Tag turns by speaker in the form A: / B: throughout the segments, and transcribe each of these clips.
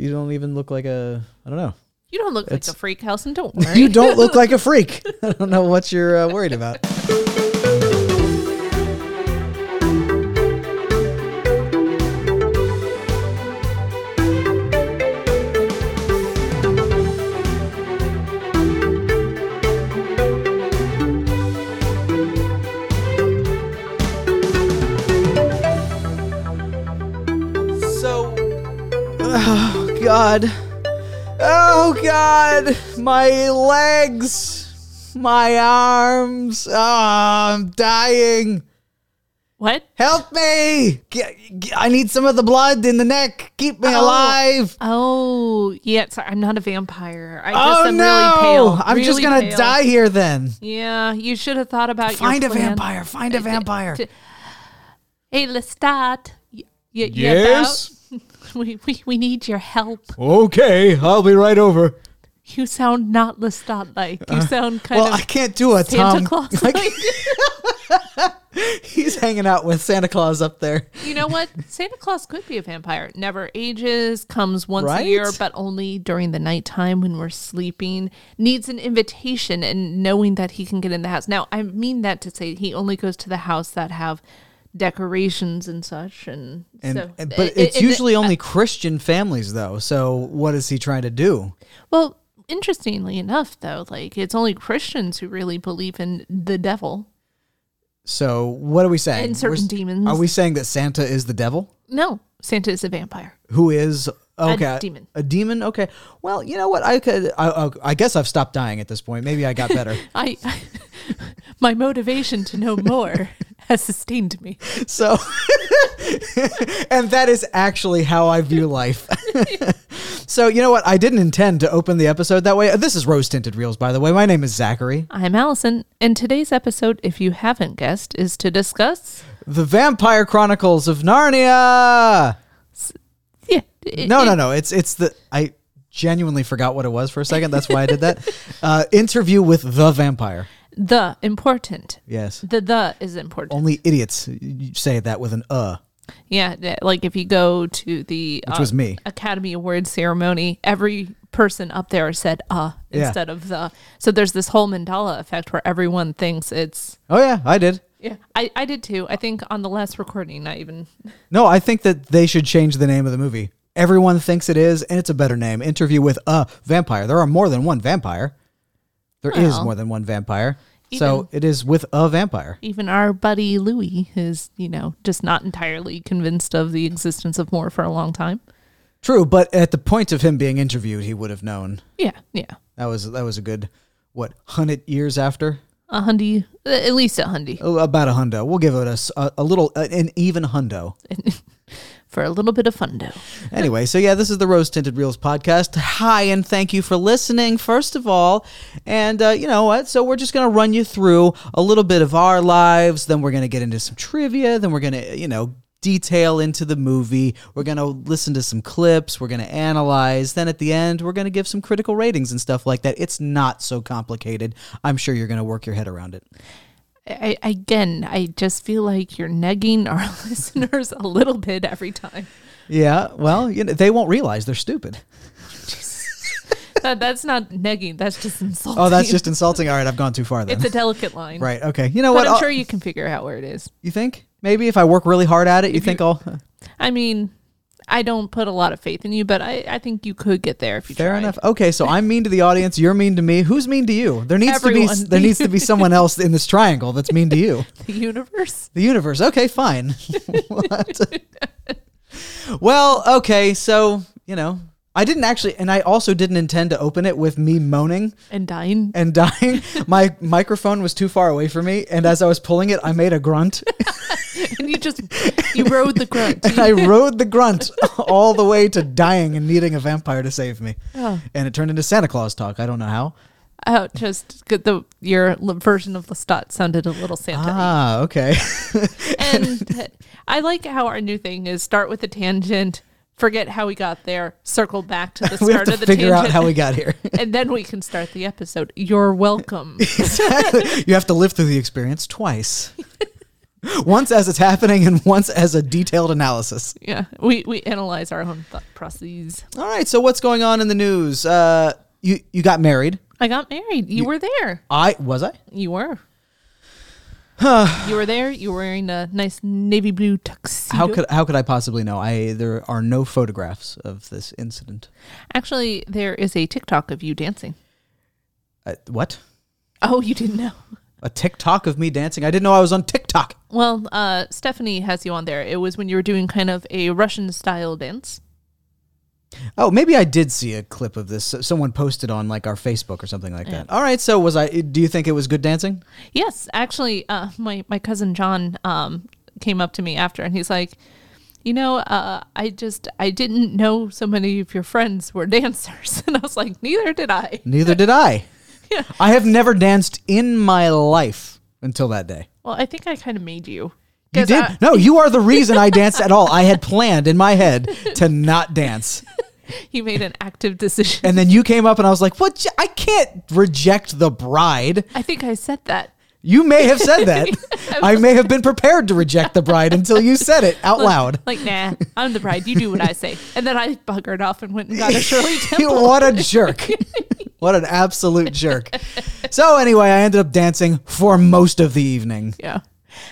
A: You don't even look like a. I don't know.
B: You don't look
A: It's-
B: like a freak, Helson. Don't worry.
A: You don't look like a freak. I don't know what you're uh, worried about. So, oh God, oh God, my legs, my arms, oh, I'm dying.
B: what?
A: Help me! G- g- I need some of the blood in the neck. Keep me
B: Oh.
A: alive.
B: Oh, yeah. Sorry, I'm not a vampire. I just
A: Oh
B: am
A: no!
B: really pale.
A: I'm just
B: really
A: gonna
B: pale.
A: die here then.
B: Yeah, you should have thought about
A: Find a
B: your plan.
A: vampire.
B: Uh,
A: Find a vampire.
B: d- Hey, Lestat. Y- y- you
A: Yes?
B: about? We, we, we need your help.
A: Okay, I'll be right over.
B: You sound not Lestat like. You sound kind
A: Uh, Well, I
B: of
A: can't do a Tom.
B: Santa Claus
A: I
B: like.
A: can't- he's hanging out with Santa Claus up there.
B: you know what? Santa Claus could be a vampire. Never ages, comes once
A: Right?
B: a year, but only during the nighttime when we're sleeping. Needs an invitation and knowing that he can get in the house. Now, I mean that to say he only goes to the house that have decorations and such and,
A: And,
B: so uh,
A: and- but
B: it-
A: it's
B: it-
A: usually only Christian families, though. So what is he trying to do?
B: Well, interestingly enough, though, like it's only Christians who really believe in the devil.
A: So what are we saying?
B: And certain
A: We're s-
B: demons.
A: Are we saying that Santa is the devil?
B: No, Santa is a vampire.
A: Who is okay?
B: demon.
A: A demon. Okay. Well, you know what? I could. I, I, I guess I've stopped dying at this point. Maybe I got better.
B: I, my motivation to know more has sustained me.
A: so, and that is actually how I view life. so you know what? I didn't intend to open the episode that way. This is Rose Tinted Reels, by the way. My name is Zachary.
B: I'm Allison, and today's episode, if you haven't guessed, is to discuss.
A: The Vampire Chronicles of Narnia.
B: Yeah, it-
A: No,
B: it-
A: no, no. It's it's the I genuinely forgot what it was for a second. That's why I did that. Uh, interview with the vampire.
B: The important.
A: Yes.
B: The the is important.
A: Only idiots y- say that with an uh,
B: Yeah, th- like if you go to the uh,
A: which was me.
B: Academy Award ceremony, every person up there said uh
A: Yeah.
B: instead of the. So there's this whole mandala effect where everyone thinks it's.
A: Oh yeah, I did.
B: Yeah, I, I did too. I think on the last recording, I even.
A: No, I think that they should change the name of the movie. Everyone thinks it is, and it's a better name. Interview with a vampire. There are more than one vampire. There is
B: Well.
A: more than one vampire. so it is with a vampire.
B: Even our buddy Louis is, you know, just not entirely convinced of the existence of more for a long time.
A: True, but at the point of him being interviewed, he would have known.
B: Yeah, yeah.
A: That was that was a good what hundred years after.
B: A hundy, uh, at least a hundy.
A: Oh, about a hundo. We'll give it a, s- a- a little, a- an even hundo.
B: For a little bit of fundo.
A: Anyway, so yeah, this is the Rose Tinted Reels podcast. Hi, and thank you for listening, first of all. And uh, you know what? So we're just going to run you through a little bit of our lives. Then we're going to get into some trivia. Then we're going to, you know, detail into the movie. We're going to listen to some clips. We're going to analyze. Then at the end, we're going to give some critical ratings and stuff like that. It's not so complicated. I'm sure you're going to work your head around it.
B: I, I- again, I just feel like you're negging our listeners a little bit every time.
A: Yeah, well, you know, they won't realize they're stupid.
B: That, that's not negging. That's just insulting.
A: Oh, that's just insulting. All right, I've gone too far then.
B: It's a delicate line.
A: right. Okay. You know
B: But
A: what?
B: I'm
A: I'll-
B: sure you can figure out where it is.
A: you think maybe if I work really hard at it, you think I'll.
B: I mean, I don't put a lot of faith in you, but I, I think you could get there if you
A: Fair
B: tried.
A: enough. Okay, so I'm mean to the audience. You're mean to me. Who's mean to you? There needs to be
B: Everyone.
A: there needs to be someone else in this triangle that's mean to you.
B: The universe.
A: The universe. Okay, fine. What? well, okay, so you know, I didn't actually, and I also didn't intend to open it with me moaning.
B: And dying.
A: and dying. My microphone was too far away from me, and as I was pulling it, I made a grunt.
B: And you just, you rode the grunt.
A: And I rode the grunt all the way to dying and needing a vampire to save me.
B: Oh.
A: And it turned into Santa Claus talk. I don't know how.
B: Oh, just get the your l- version of Lestat sounded a little Santa.
A: Ah, okay.
B: and I like how our new thing is start with a tangent, forget how we got there, circle back to the
A: we have
B: start
A: to
B: of the
A: figure
B: tangent,
A: out how we got here.
B: and then we can start the episode. You're welcome.
A: exactly. You have to live through the experience twice. once as it's happening and once as a detailed analysis.
B: Yeah, we we analyze our own thought processes.
A: All right, so what's going on in the news? Uh, you you got married.
B: I got married. You, were there.
A: I was I.
B: You were. you were there. You were wearing a nice navy blue tuxedo.
A: How could how could I possibly know? I there are no photographs of this incident.
B: Actually, there is a TikTok of you dancing.
A: Uh, what?
B: Oh, you didn't know.
A: A TikTok of me dancing? I didn't know I was on TikTok.
B: Well, uh, Stephanie has you on there. It was when you were doing kind of a Russian style dance.
A: Oh, maybe I did see a clip of this. S- Someone posted on like our Facebook or something like that. All right, so was I? Do you think it was good dancing?
B: Yes, actually, uh, my my cousin John um, came up to me after, and he's like, "You know, uh, I just I didn't know so many of your friends were dancers," and I was like, "Neither did I."
A: Neither did I.
B: Yeah.
A: I have never danced in my life until that day.
B: Well, I think I kind of made you.
A: You
B: 'Cause
A: did?
B: I-
A: no, you are the reason I danced at all. I had planned in my head to not dance.
B: you made an active decision.
A: And then you came up and I was like, "What? I can't reject the bride."
B: I think I said that.
A: You may have said that. I may have been prepared to reject the bride until you said it out loud.
B: Like, nah, I'm the bride. You do what I say. And then I buggered off and went and got a Shirley Temple.
A: what a jerk. What an absolute jerk. So anyway, I ended up dancing for most of the evening.
B: Yeah.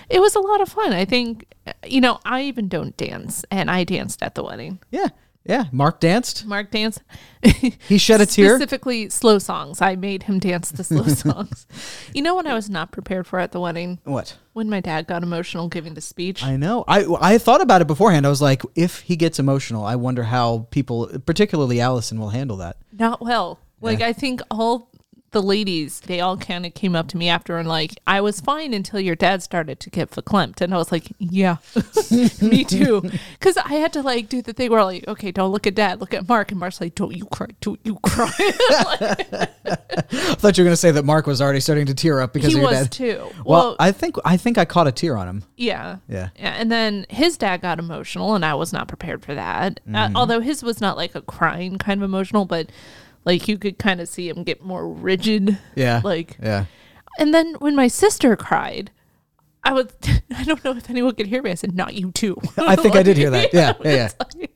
B: It was a lot of fun. I think, uh, you know, I even don't dance, and I danced at the wedding.
A: Yeah. Yeah, Mark danced.
B: Mark dance.
A: He shed a tear.
B: Specifically, slow songs. I made him dance the slow songs. You know what I was not prepared for at the wedding?
A: What?
B: When my dad got emotional giving the speech.
A: I know. I I thought about it beforehand. I was like, if he gets emotional, I wonder how people, particularly Allison, will handle that.
B: not well. Like I think all the ladies, they all kind of came up to me after and like, I was fine until your dad started to get verklempt, and I was like, yeah, me too, because I had to like do the thing where like, okay, don't look at dad, look at Mark, and Mark's like, don't you cry, don't you cry.
A: I thought you were going to say that Mark was already starting to tear up because
B: he
A: of your
B: was
A: dad.
B: too.
A: Well,
B: Well,
A: I think I think I caught a tear on him.
B: yeah.
A: Yeah.
B: And then his dad got emotional, and I was not prepared for that.
A: Mm-hmm.
B: Uh, although his was not like a crying kind of emotional, but like you could kind of see him get more rigid.
A: Yeah.
B: Like,
A: yeah.
B: And then when my sister cried, I was I don't know if anyone could hear me. I said, "Not you too."
A: I think I did hear that. Yeah, yeah, yeah.
B: It's like,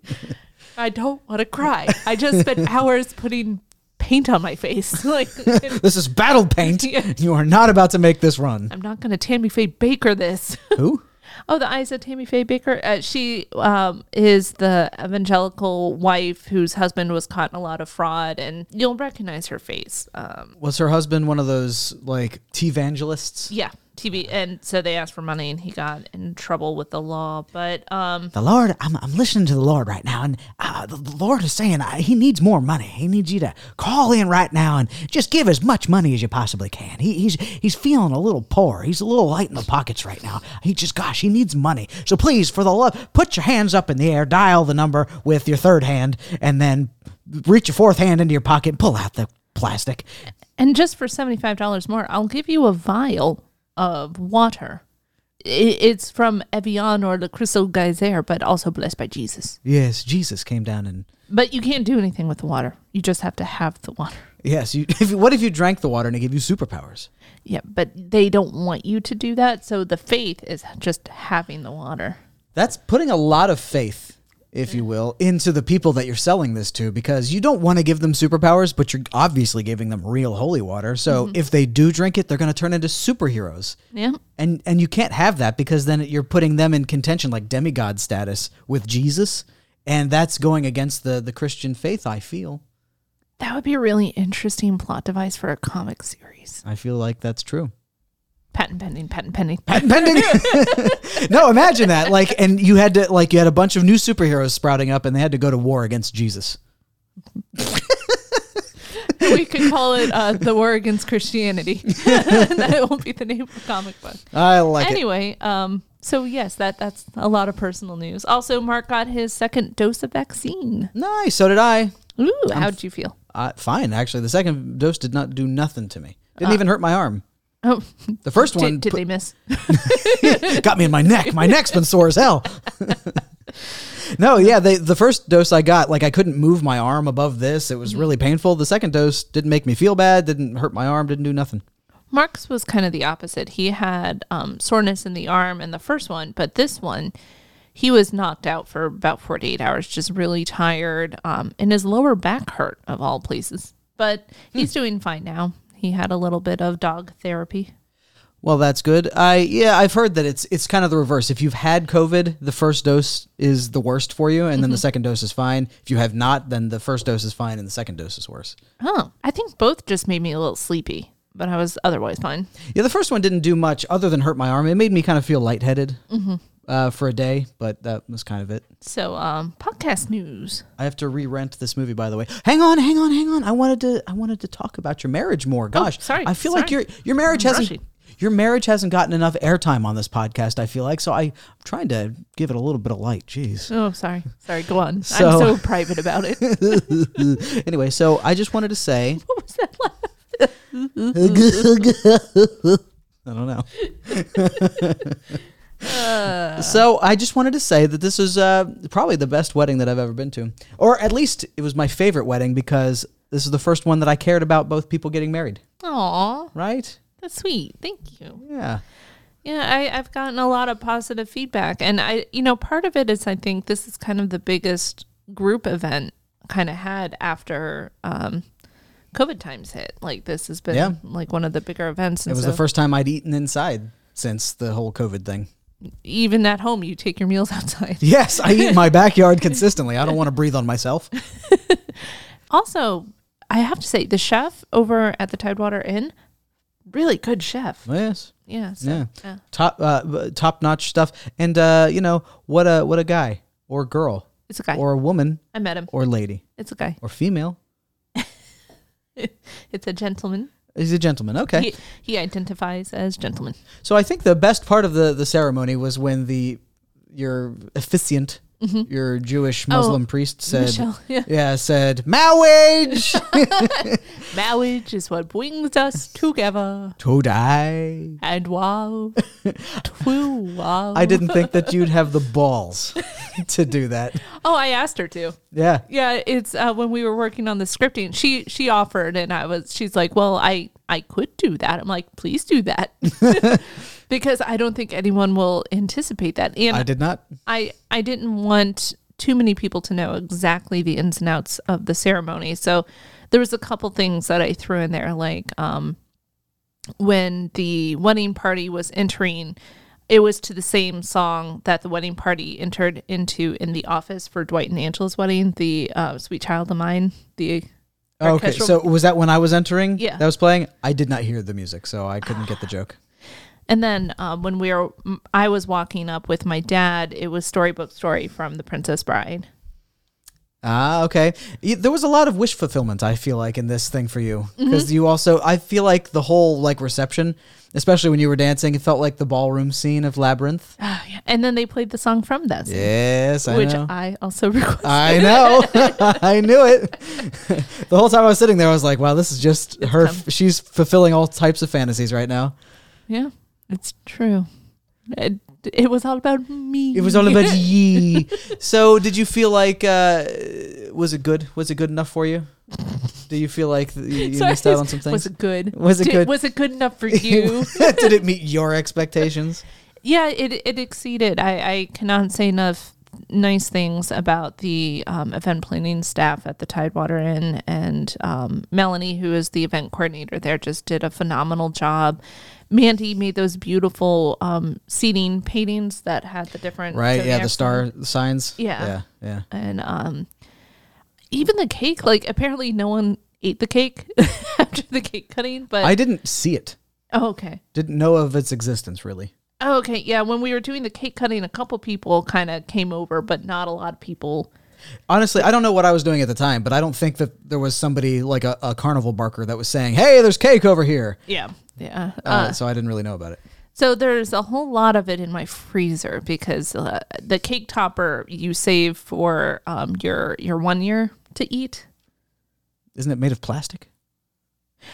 B: I don't want to cry. I just spent hours putting paint on my face. Like
A: This is battle paint.
B: Yeah.
A: You are not about to make this run.
B: I'm not going to Tammy Faye Baker this.
A: Who?
B: Oh, the eyes of Tammy Faye Baker. Uh, she um, is the evangelical wife whose husband was caught in a lot of fraud, and you'll recognize her face. Um,
A: Was her husband one of those like evangelists?
B: yeah, TV. And so they asked for money, and he got in trouble with the law. But um,
A: The Lord, I'm, I'm listening to the Lord right now, and uh, the Lord is saying uh, He needs more money. He needs you to call in right now and just give as much money as you possibly can. He, he's he's feeling a little poor. He's a little light in the pockets right now. He just, gosh, he needs money. So please, for the love, put your hands up in the air, dial the number with your third hand, and then reach your fourth hand into your pocket, and pull out the plastic.
B: And just for $75 more, I'll give you a vial of water. I- It's from Evian or Le Crystal Geyser, but also blessed by Jesus.
A: Yes, Jesus came down and.
B: But you can't do anything with the water. You just have to have the water.
A: Yes, you, if, what if you drank the water and it gave you superpowers?
B: Yeah, but they don't want you to do that. So the faith is just having the water.
A: That's putting a lot of faith, if you will, into the people that you're selling this to because you don't want to give them superpowers, but you're obviously giving them real holy water. So if they do drink it, they're going to turn into superheroes.
B: Yeah.
A: And and you can't have that because then you're putting them in contention like demigod status with Jesus, and that's going against the the Christian faith, I feel.
B: That would be a really interesting plot device for a comic series.
A: I feel like that's true.
B: Patent pending, patent pending.
A: patent pending. no, imagine that. Like, and you had to like you had a bunch of new superheroes sprouting up, and they had to go to war against Jesus.
B: we could call it uh, The War Against Christianity. that won't be the name of the comic book.
A: I like it.
B: anyway, um, so yes, that that's a lot of personal news. Also, Mark got his second dose of vaccine.
A: Nice. So did I.
B: Ooh, how'd you feel?
A: Uh, fine, actually. The second dose did not do nothing to me. Didn't even hurt my arm.
B: Ah. Oh,
A: The first one
B: did, did
A: put-
B: they miss?
A: got me in my neck. My neck's been sore as hell. no, yeah, they, the first dose I got, like I couldn't move my
B: Mm-hmm.
A: arm above this. It was really painful. The second dose didn't make me feel bad. Didn't hurt my arm. Didn't do nothing.
B: Mark's was kind of the opposite. He had um, soreness in the arm in the first one, but this one, he was knocked out for about 48 hours, just really tired. Um, and his lower back hurt, of all places. But he's doing fine now. He had a little bit of dog therapy.
A: Well, that's good. I yeah, I've heard that it's it's kind of the reverse. If you've had COVID, the first dose is the worst for you, and then
B: Mm-hmm.
A: the second dose is fine. If you have not, then the first dose is fine, and the second dose is worse.
B: Oh, I think both just made me a little sleepy, but I was otherwise fine.
A: Yeah, the first one didn't do much other than hurt my arm. It made me kind of feel lightheaded
B: Mm-hmm.
A: uh, for a day, but that was kind of it.
B: So, um, podcast news.
A: I have to re-rent this movie, by the way. Hang on, hang on, hang on. I wanted to, I wanted to talk about your marriage more. Gosh,
B: Oh, sorry,
A: I feel like your
B: sorry.
A: your marriage
B: I'm
A: hasn't
B: rushing.
A: your marriage hasn't gotten enough airtime on this podcast. I feel like so. I, I'm trying to give it a little bit of light. Jeez.
B: Oh, sorry. Sorry, go on.
A: So-
B: I'm so private about it. what
A: anyway, so I just wanted to say,
B: was that laugh?
A: I don't know. so I just wanted to say that this is uh, probably the best wedding that I've ever been to, or at least it was my favorite wedding because this is the first one that I cared about both people getting married.
B: Aw,
A: Right?
B: that's sweet. Thank you.
A: Yeah.
B: Yeah, I, I've gotten a lot of positive feedback. And I, you know, part of it is I think this is kind of the biggest group event kind of had after um, COVID times hit. Like, this has been
A: Yeah.
B: like one of the bigger events. And
A: It was
B: so
A: the first time I'd eaten inside since the whole COVID thing.
B: even at home, you take your meals outside.
A: Yes, I eat in my backyard consistently. I don't want to breathe on myself.
B: Also, I have to say, the chef over at the Tidewater Inn, really good chef.
A: Yes.
B: Yeah. So,
A: Yeah. Top uh, top notch stuff. And uh, you know, what a what a guy or girl
B: It's a guy.
A: or a woman
B: I met him.
A: or lady
B: It's a guy.
A: or female.
B: It's a gentleman.
A: He's a gentleman. Okay.
B: He, he identifies as gentleman.
A: So I think the best part of the the ceremony was when the your officiant, your Jewish Muslim priest said,
B: Mm-hmm. Oh, Michelle, yeah.
A: said marriage
B: Marriage is what brings us together.
A: to die.
B: And wow. True wow.
A: I didn't think that you'd have the balls to do that.
B: Oh, I asked her to.
A: Yeah.
B: Yeah, it's uh, when we were working on the scripting. She she offered, and I was. She's like, "Well, I I could do that." I'm like, "Please do that," because I don't think anyone will anticipate that. And
A: I did not.
B: I I didn't want too many people to know exactly the ins and outs of the ceremony. So there was a couple things that I threw in there like um when the wedding party was entering it was to the same song that the wedding party entered into in the office for Dwight and Angela's wedding, the uh, Sweet Child of Mine, the
A: Okay,
B: orchestral-
A: so was that when I was entering?
B: Yeah.
A: That was playing? I did not hear the music, so I couldn't get the joke.
B: And then um, when we were, m- I was walking up with my dad. It was storybook story from The Princess Bride.
A: Ah, okay. Y- There was a lot of wish fulfillment, I feel like, in this thing for you.
B: Mm-hmm.
A: Because you also, I feel like the whole like reception, especially when you were dancing, it felt like the ballroom scene of Labyrinth.
B: And then they played the song from that, scene,
A: Yes, I
B: which
A: know.
B: I also requested.
A: I know. I knew it. the whole time I was sitting there, I was like, wow, this is just her.
B: come.
A: she's fulfilling all types of fantasies right now.
B: Yeah, it's true. It, it was all about me.
A: It was all about ye. So, did you feel like uh, was it good? Was it good enough for you? Do you feel like th- you, you
B: Sorry,
A: missed out on some things?
B: Was it good?
A: Was it
B: Did-
A: good?
B: Was it good enough for you?
A: Did it meet your expectations?
B: yeah, it it exceeded. I I cannot say enough nice things about the um, event planning staff at the Tidewater Inn and um, Melanie, who is the event coordinator there, just did a phenomenal job. Mandy made those beautiful um, seating paintings that had the different
A: Right? Yeah,
B: zodiac
A: the star signs.
B: Yeah.
A: Yeah. Yeah.
B: and um even the cake like apparently no one ate the cake after the cake cutting but
A: I didn't see it.
B: oh, okay
A: Didn't know of its existence really.
B: oh, okay yeah when we were doing the cake cutting a couple people kind of came over but not a lot of people
A: Honestly, I don't know what I was doing at the time, but I don't think that there was somebody like a, a carnival barker that was saying, "Hey, there's cake over here."
B: yeah yeah
A: Uh, so I didn't really know about it.
B: So there's a whole lot of it in my freezer because uh, the cake topper you save for um, your your one year to eat.
A: Isn't it made of plastic?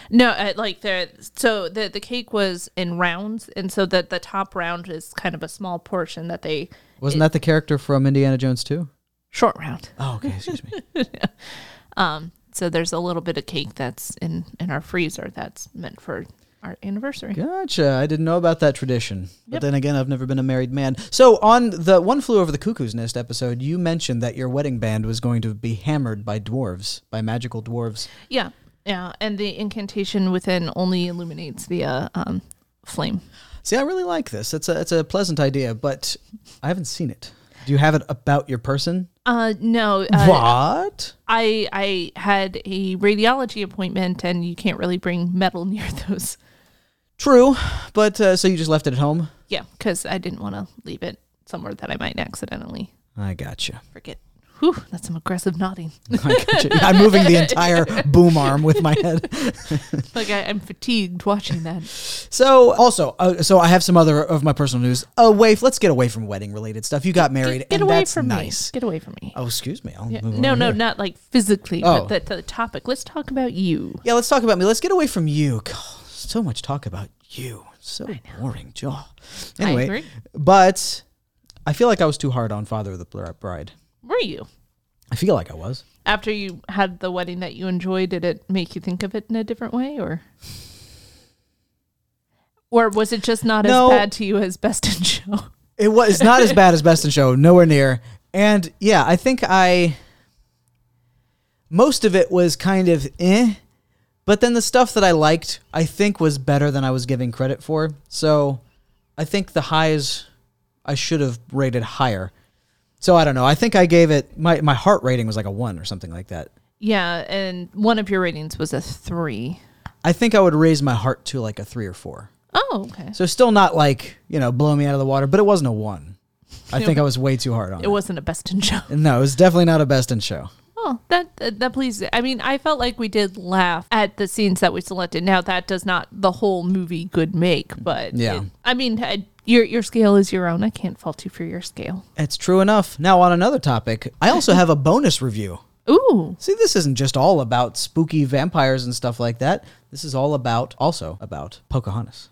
B: No, uh, like the so the the cake was in rounds, and so that the top round is kind of a small portion that they
A: Wasn't that the character from Indiana Jones too?
B: short round.
A: Oh, okay. Excuse me.
B: Um, so there's a little bit of cake that's in in our freezer that's meant for our anniversary.
A: Gotcha. I didn't know about that tradition. But
B: Yep.
A: then again, I've never been a married man. So on the One Flew Over the Cuckoo's Nest episode, you mentioned that your wedding band was going to be hammered by dwarves, by magical dwarves.
B: Yeah, yeah, and the incantation within only illuminates the uh, um, flame.
A: See, I really like this. It's a it's a pleasant idea, but I haven't seen it. Do you have it about your person?
B: Uh, no, uh,
A: what?
B: I I had a radiology appointment, and you can't really bring metal near those.
A: True, but uh, so you just left it at home.
B: Yeah, because I didn't want to leave it somewhere that I might accidentally
A: I gotcha.
B: forget. Whew, that's some aggressive nodding.
A: I gotcha. I'm moving the entire boom arm with my head.
B: like I, I'm fatigued watching that.
A: So also, uh, so I have some other of my personal news. Away, let's get away from wedding related stuff. You got married,
B: Get
A: and
B: away
A: that's
B: from
A: nice.
B: me. Get away from me.
A: Oh, excuse me. I'll
B: Yeah.
A: move
B: No,
A: over
B: no,
A: here.
B: not like physically,
A: Oh.
B: but the, the topic. Let's talk about you.
A: Yeah, let's talk about me. Let's get away from you. God, so much talk about you. So boring, Jaw.
B: I
A: Anyway,
B: agree.
A: but I feel like I was too hard on Father of the Br- Bride.
B: Were you?
A: I feel like I was.
B: After you had the wedding that you enjoyed, did it make you think of it in a different way or or was it just not
A: No.
B: as bad to you as Best in Show?
A: It was not as bad as Best in Show, nowhere near. And yeah, I think I most of it was kind of eh, but then the stuff that I liked, I think was better than I was giving credit for. So I think the highs I should have rated higher. So I don't know. I think I gave it my my heart rating was like a 1 or something like that.
B: Yeah, and one of your ratings was a three.
A: I think I would raise my heart to like a 3 or 4.
B: Oh, okay.
A: So still not like, you know, blow me out of the water, but it wasn't a 1. I think I was way too hard on
B: It
A: it.
B: wasn't a Best in Show.
A: No, it was definitely not a best in show.
B: Well, that uh, that, that pleases. I mean, I felt like we did laugh at the scenes that we selected. Now that does not the whole movie good make, but
A: Yeah.
B: it- I mean, I, your your scale is your own. I can't fault you for your scale.
A: It's true enough. Now, on another topic, I also have a bonus review.
B: Ooh,
A: See, this isn't just all about spooky vampires and stuff like that. This is all about, also about Pocahontas.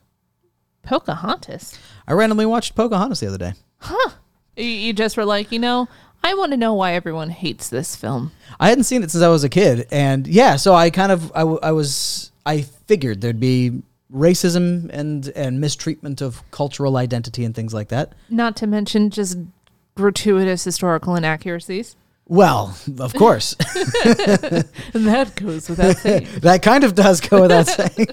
B: Pocahontas.
A: I randomly watched Pocahontas the other day.
B: You, you just were like, you know, I want to know why everyone hates this film.
A: I hadn't seen it since I was a kid. And yeah, so I kind of, I, w- I was, I figured there'd be racism and, and mistreatment of cultural identity and things like that.
B: Not to mention just gratuitous historical inaccuracies.
A: Well, of course,
B: That goes without saying.
A: that kind of does go without saying.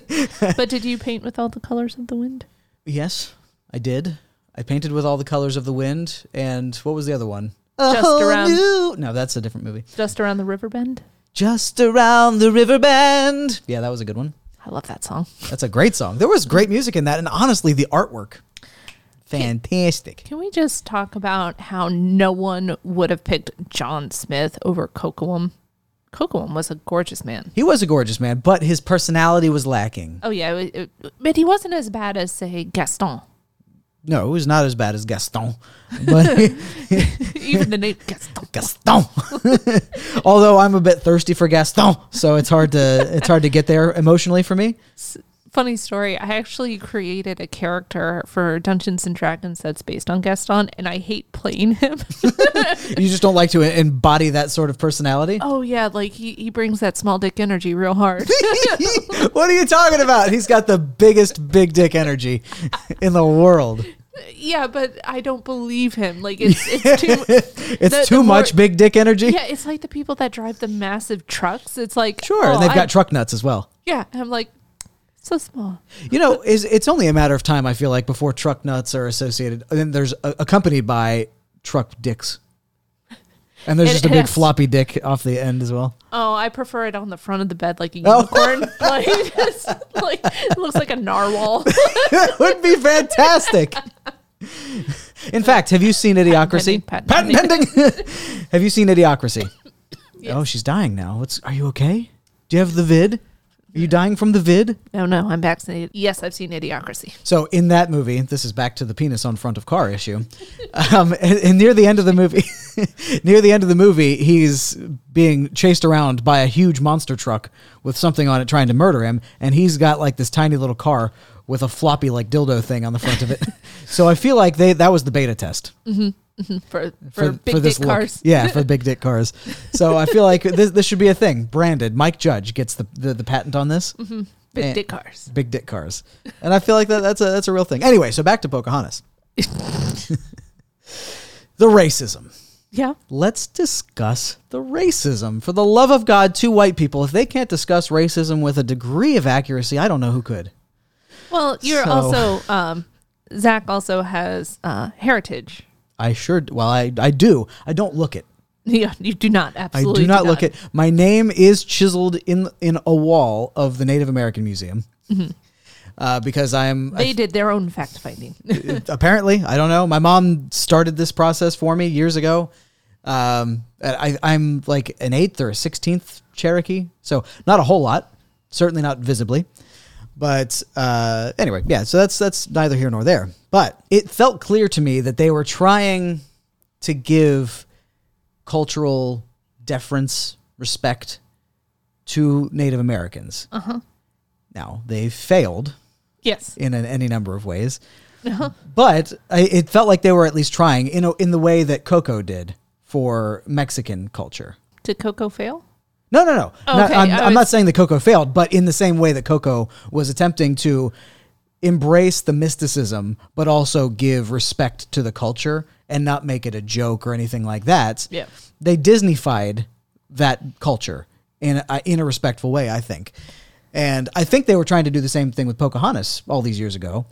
B: but did you paint with all the colors of the wind?
A: Yes, I did. I painted with all the colors of the wind, and what was the other one? A
B: Just
A: Whole
B: Around-
A: New- No, that's a different movie.
B: Just around the river bend.
A: Just around the river bend. Yeah, that was a good one.
B: I love that song.
A: That's a great song. There was great music in that, and honestly, the artwork, fantastic.
B: Can we just talk about how no one would have picked John Smith over Cocoam? Cocoam was a gorgeous man.
A: He was a gorgeous man, but his personality was lacking.
B: Oh yeah, it- it- but he wasn't as bad as say Gaston.
A: No, it was not as bad as Gaston, but
B: Even the name Gaston.
A: Gaston. Although I'm a bit thirsty for Gaston, so it's hard to it's hard to get there emotionally for me.
B: Funny story. I actually created a character for Dungeons and Dragons that's based on Gaston, and I hate playing him.
A: You just don't like to embody that sort of personality.
B: oh yeah, like he, he brings that small dick energy real hard.
A: what are you talking about? He's got the biggest big dick energy in the world.
B: yeah, but I don't believe him. Like it's it's too
A: It's
B: The-
A: too
B: the more-
A: much big dick energy.
B: Yeah, it's like the people that drive the massive trucks. It's like
A: Sure,
B: oh,
A: and they've
B: I-
A: got truck nuts as well.
B: Yeah, and I'm like so small.
A: You know, is it's only a matter of time I feel like before truck nuts are associated and then there's a, accompanied by truck dicks. And there's
B: It
A: just a big
B: is.
A: floppy dick off the end as well.
B: Oh, I prefer it on the front of the bed like a
A: Oh.
B: unicorn. like, it's like it looks like a narwhal.
A: That would be fantastic. In fact, have you seen Idiocracy?
B: Patent
A: Patent
B: pending,
A: pending. have you seen Idiocracy? Oh, she's dying now. What's? Are you okay? Do you have the vid? Are you dying from the vid?
B: no, no, I'm vaccinated. Yes, I've seen Idiocracy.
A: So in that movie, this is back to the penis on front of car issue. Um, and, and near the end of the movie, near the end of the movie, he's being chased around by a huge monster truck with something on it trying to murder him, and he's got like this tiny little car with a floppy like dildo thing on the front of it. so I feel like they that was the beta test
B: For for, big dick
A: look.
B: cars.
A: Yeah, for big dick cars. So I feel like this this should be a thing. Branded Mike Judge gets the the, the patent on this.
B: Big
A: Eh.
B: dick cars.
A: big dick cars, and I feel like that, that's a that's a real thing. Anyway, so back to Pocahontas, the racism.
B: Yeah.
A: Let's discuss the racism. For the love of God, two white people, if they can't discuss racism with a degree of accuracy, I don't know who could.
B: Well, you're
A: So-
B: also um, Zach also has uh, heritage.
A: I sure. d- Well, I I do. I don't look it.
B: Yeah, you do not
A: I
B: absolutely.
A: do not look it. My name is chiseled in in a wall of the Native American Museum. Uh, because I'm I
B: They did their own fact finding.
A: apparently i don't know my mom started this process for me years ago um, and I, i'm like an eighth or a 16th cherokee so not a whole lot certainly not visibly but uh, anyway yeah so that's that's neither here nor there but it felt clear to me that they were trying to give cultural deference respect to native americans uh-huh. now they failed
B: yes.
A: in an, any number of ways.
B: Uh-huh.
A: But I, it felt like they were at least trying in a, in the way that Coco did for Mexican culture.
B: Did Coco fail?
A: No, no, no. Not-
B: Oh, Okay,
A: I'm,
B: I
A: I'm not
B: was-
A: saying that Coco failed, but in the same way that Coco was attempting to embrace the mysticism, but also give respect to the culture and not make it a joke or anything like that.
B: Yeah.
A: They Disneyfied that culture in a, in a respectful way, I think. And I think they were trying to do the same thing with Pocahontas all these years ago.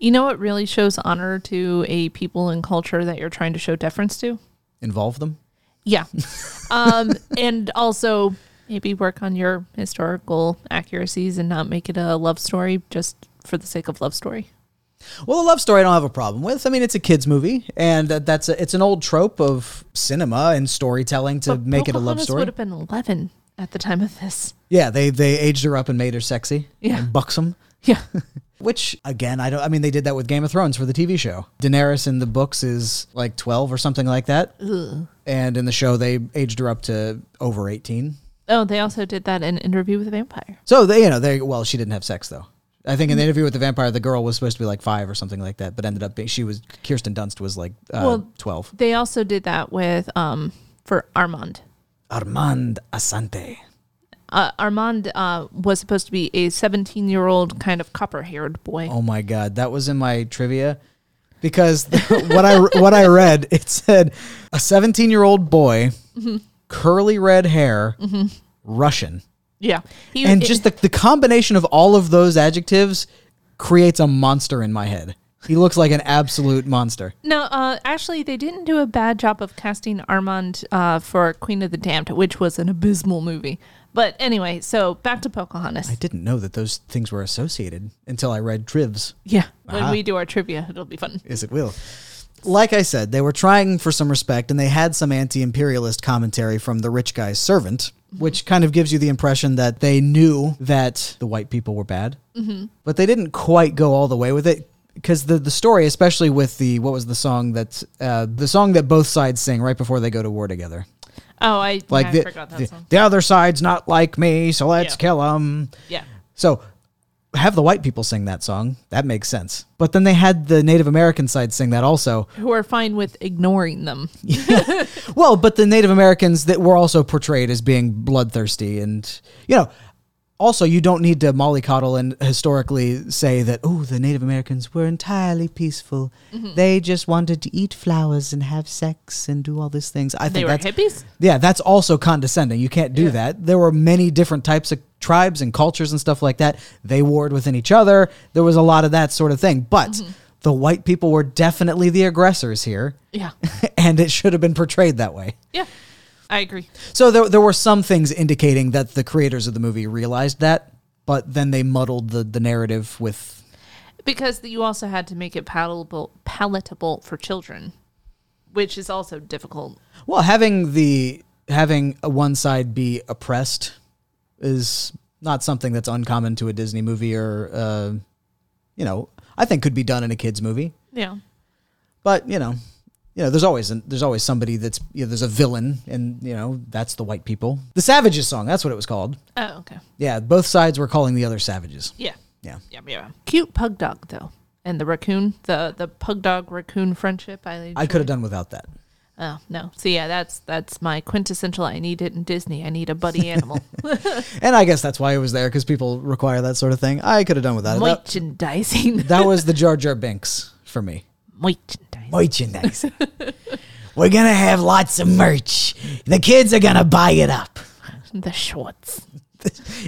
B: You know what really shows honor to a people and culture that you're trying to show deference to?
A: involve them.
B: Yeah. um, and also maybe work on your historical accuracies and not make it a love story just for the sake of love story.
A: Well, a love story I don't have a problem with. I mean, it's a kids movie, and that, that's a, it's an old trope of cinema and storytelling to make it a love
B: Pocahontas
A: story.
B: would have been 11 at the time of this.
A: Yeah, they they aged her up and made her sexy,
B: Yeah.
A: and buxom.
B: Yeah.
A: Which again, I don't. I mean, they did that with Game of Thrones for the TV show. Daenerys in the books is like twelve or something like that, and in the show they aged her up to over eighteen.
B: Oh, they also did that in Interview with a Vampire.
A: So they, you know, they well, she didn't have sex though. I think in the interview with the vampire, the girl was supposed to be like five or something like that, but ended up being she was Kirsten Dunst was like uh,
B: Well,
A: twelve.
B: They also did that with um for Armand.
A: Armand Asante.
B: Uh, Armand uh, was supposed to be a 17 year old kind of copper haired boy.
A: Oh my god, that was in my trivia because what I what I read it said a 17-year-old boy, curly red hair, Russian.
B: Yeah. He,
A: And
B: it-
A: just the, the combination of all of those adjectives creates a monster in my head. He looks like an absolute monster.
B: No, uh, actually, they didn't do a bad job of casting Armand uh, for Queen of the Damned, which was an abysmal movie. But anyway, so back to Pocahontas.
A: I didn't know that those things were associated until I read Trivs.
B: yeah, when
A: Ah.
B: we do our trivia, it'll be fun.
A: Is it will. Like I said, they were trying for some respect and they had some anti imperialist commentary from the rich guy's servant,
B: Mm-hmm.
A: which kind of gives you the impression that they knew that the white people were bad. Mm-hmm. But they didn't quite go all the way with it because the, the story, especially with the, what was the song that, uh, the song that both sides sing right before they go to war together?
B: Oh, I,
A: Like
B: yeah, I
A: the,
B: forgot that
A: the,
B: song.
A: the other side's not like me, so let's
B: Yeah.
A: kill 'em. kill them.
B: Yeah,
A: So have the white people sing that song. That makes sense. But then they had the Native American side sing that also.
B: who are fine with ignoring them.
A: Well, but the Native Americans that were also portrayed as being bloodthirsty and you know also you don't need to mollycoddle and historically say that oh the Native Americans were entirely peaceful.
B: Mm-hmm.
A: They just wanted to eat flowers and have sex and do all these things. I
B: They
A: think
B: were
A: that's
B: hippies.
A: yeah, that's also condescending. You can't do
B: Yeah.
A: that. There were many different types of tribes and cultures and stuff like that. They warred within each other. There was a lot of that sort of thing. But
B: Mm-hmm.
A: the white people were definitely the aggressors here,
B: Yeah,
A: and it should have been portrayed that way.
B: yeah, I agree.
A: So there, there were some things indicating that the creators of the movie realized that, but then they muddled the, the narrative with.
B: Because you also had to make it palatable, palatable for children, which is also difficult.
A: Well, having the having one side be oppressed is not something that's uncommon to a Disney movie or uh, you know, I think could be done in a kids movie.
B: Yeah.
A: But, you know, you know, there's always an, there's always somebody that's you know, there's a villain and, you know, that's the white people. The Savages song, that's what it was called.
B: Oh, okay.
A: Yeah, both sides were calling the other savages.
B: Yeah.
A: Yeah.
B: Yeah, yeah. Cute pug dog though, and the raccoon, the the pug dog raccoon friendship. I
A: I could have done without that.
B: Oh no! So yeah, that's that's my quintessential. I need it in Disney. I need a buddy animal.
A: And I guess that's why it was there because people require that sort of thing. I could have done without it. That,
B: Merchandising.
A: that was the Jar Jar Binks for me.
B: Merchandising.
A: Merchandise. We're gonna have lots of merch. The kids are gonna buy it up.
B: The Schwartz.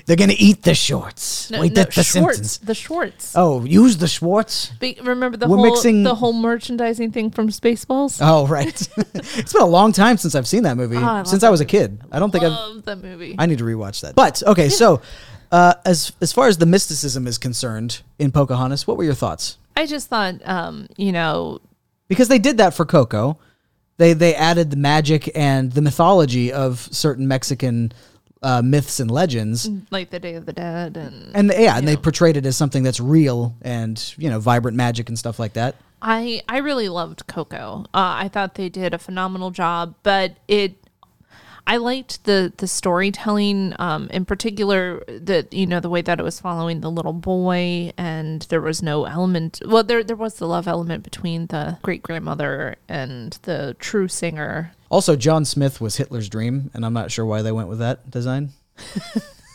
A: They're gonna eat the shorts.
B: No,
A: Wait,
B: no,
A: that's the
B: Schwartz.
A: Simpsons.
B: The Uh, Schwartz.
A: Oh, use the Schwartz.
B: Be- remember the
A: We're
B: whole
A: mixing-
B: the whole merchandising thing from Spaceballs.
A: Oh, right. it's been a long time since I've seen that movie.
B: Ah, I love
A: since
B: that
A: I was a kid. I don't think I've
B: Love that movie.
A: I need to rewatch that. But okay, so uh, as as far as the mysticism is concerned in Pocahontas, what were your thoughts?
B: I just thought, um, you know,
A: Because they did that for Coco. They they added the magic and the mythology of certain Mexican uh, myths and legends,
B: like the Day of the Dead, and
A: and yeah, and they portrayed it as something that's real and you know vibrant magic and stuff like that.
B: I I really loved Coco. Uh, I thought they did a phenomenal job, but it I liked the the storytelling, um, in particular the you know the way that it was following the little boy, and there was no element. Well, there there was the love element between the great grandmother and the true singer.
A: Also, John Smith was Hitler's dream, and I'm not sure why they went with that design.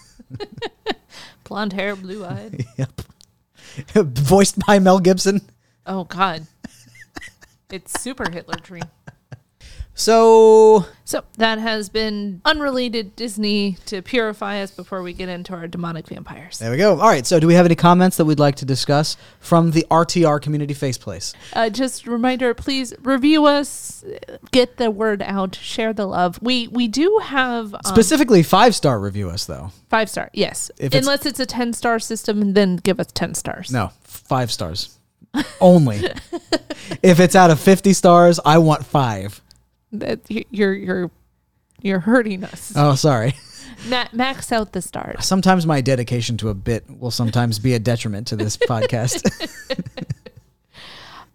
B: Blonde hair, blue eyed.
A: Yep, voiced by Mel Gibson.
B: oh God, it's super Hitler dream.
A: So
B: So that has been unrelated Disney to purify us before we get into our demonic vampires.
A: There we go. All right. So, do we have any comments that we'd like to discuss from the RTR community face place?
B: Uh, just a reminder, please review us, get the word out, share the love. We we do have um,
A: Specifically, five star review us though.
B: five star, yes.
A: If it's-
B: Unless it's a ten star system, then give us ten stars.
A: No, five stars only. if it's out of fifty stars, I want five.
B: That y- you're you're you're hurting us.
A: Oh, sorry.
B: Ma- max out the stars.
A: Sometimes my dedication to a bit will sometimes be a detriment to this podcast.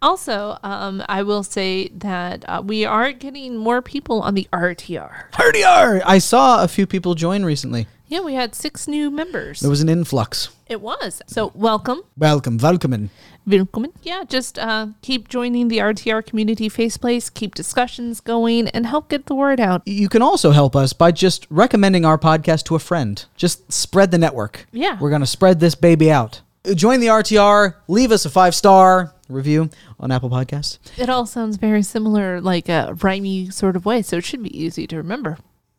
B: Also, um, I will say that uh, we are getting more people on the RTR.
A: RTR. I saw a few people join recently.
B: Yeah, we had six new members.
A: There was an influx.
B: It was. So welcome.
A: Welcome, welcome. in.
B: Willkommen. Yeah, just uh, keep joining the RTR community faceplace, keep discussions going, and help get the word out.
A: You can also help us by just recommending our podcast to a friend. Just spread the network.
B: Yeah.
A: We're going to spread this baby out. Join the RTR, leave us a five star review on Apple Podcasts.
B: It all sounds very similar, like a rhymey sort of way, so it should be easy to remember.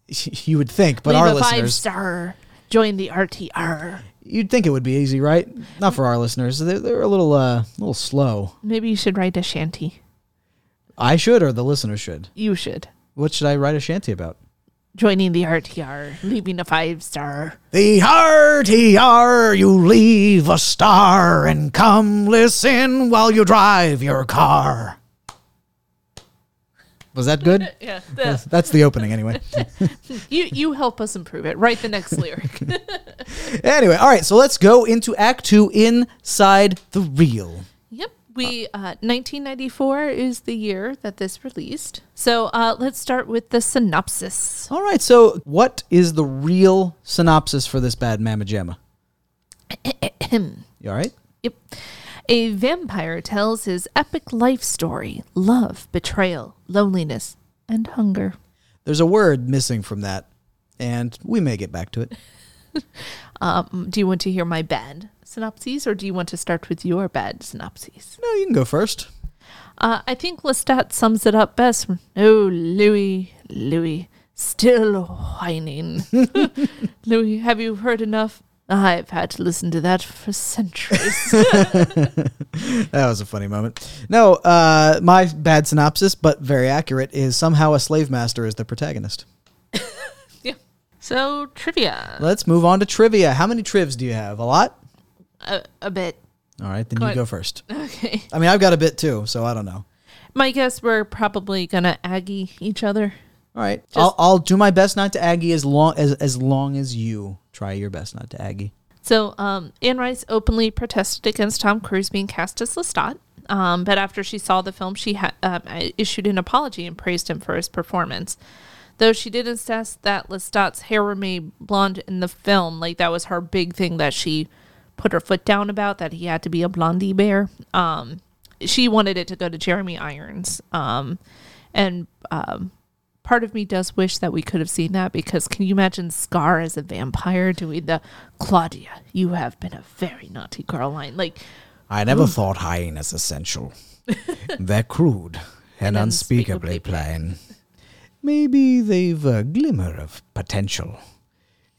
A: You would think, but
B: Leave
A: our
B: a five
A: listeners,
B: star. Join the RTR.
A: you'd think it would be easy, right? Not for our listeners. They're, they're a little, uh, little slow.
B: Maybe you should write a shanty.
A: I should, or the listener should.
B: You should.
A: What should I write a shanty about?
B: Joining the RTR, leaving a five star.
A: The RTR, you leave a star and come listen while you drive your car. Was that good?
B: Yeah.
A: That's the opening, anyway.
B: you, you help us improve it. Write the next lyric.
A: anyway, all right, so let's go into Act Two Inside the Real.
B: Yep. We uh, 1994 is the year that this released. So uh, let's start with the synopsis.
A: All right, so what is the real synopsis for this bad Mamma Jamma? you all right?
B: Yep. A vampire tells his epic life story: love, betrayal, loneliness, and hunger.
A: There's a word missing from that, and we may get back to it.
B: Um, do you want to hear my bad synopses, or do you want to start with your bad synopses?
A: No, you can go first.
B: Uh, I think Lestat sums it up best. Oh, Louis, Louis, still whining. Louis, have you heard enough? I've had to listen to that for centuries.
A: That was a funny moment. No, uh, my bad synopsis, but very accurate, is somehow a slave master is the protagonist.
B: yeah. So trivia,
A: Let's move on to trivia. How many trivs do you have? A lot?
B: a, a bit.
A: All right, then
B: Quite-
A: you go first.
B: Okay.
A: I mean, I've got a bit too, so I don't know.
B: My guess we're probably gonna aggie each other.
A: All right, I'll, I'll do my best not to Aggie as long as as long as you try your best not to Aggie.
B: So um, Anne Rice openly protested against Tom Cruise being cast as Lestat. Um, but after she saw the film, she ha- um, issued an apology and praised him for his performance. Though she did insist that Lestat's hair remained blonde in the film, like that was her big thing that she put her foot down about that he had to be a blondie bear. Um, she wanted it to go to Jeremy Irons. Um, And um, part of me does wish that we could have seen that because can you imagine Scar as a vampire doing the Claudia, you have been a very naughty girl line? Like,
A: I never thought hyenas essential. They're crude and, unspeakably
B: unspeakably
A: plain. Maybe they've a glimmer of potential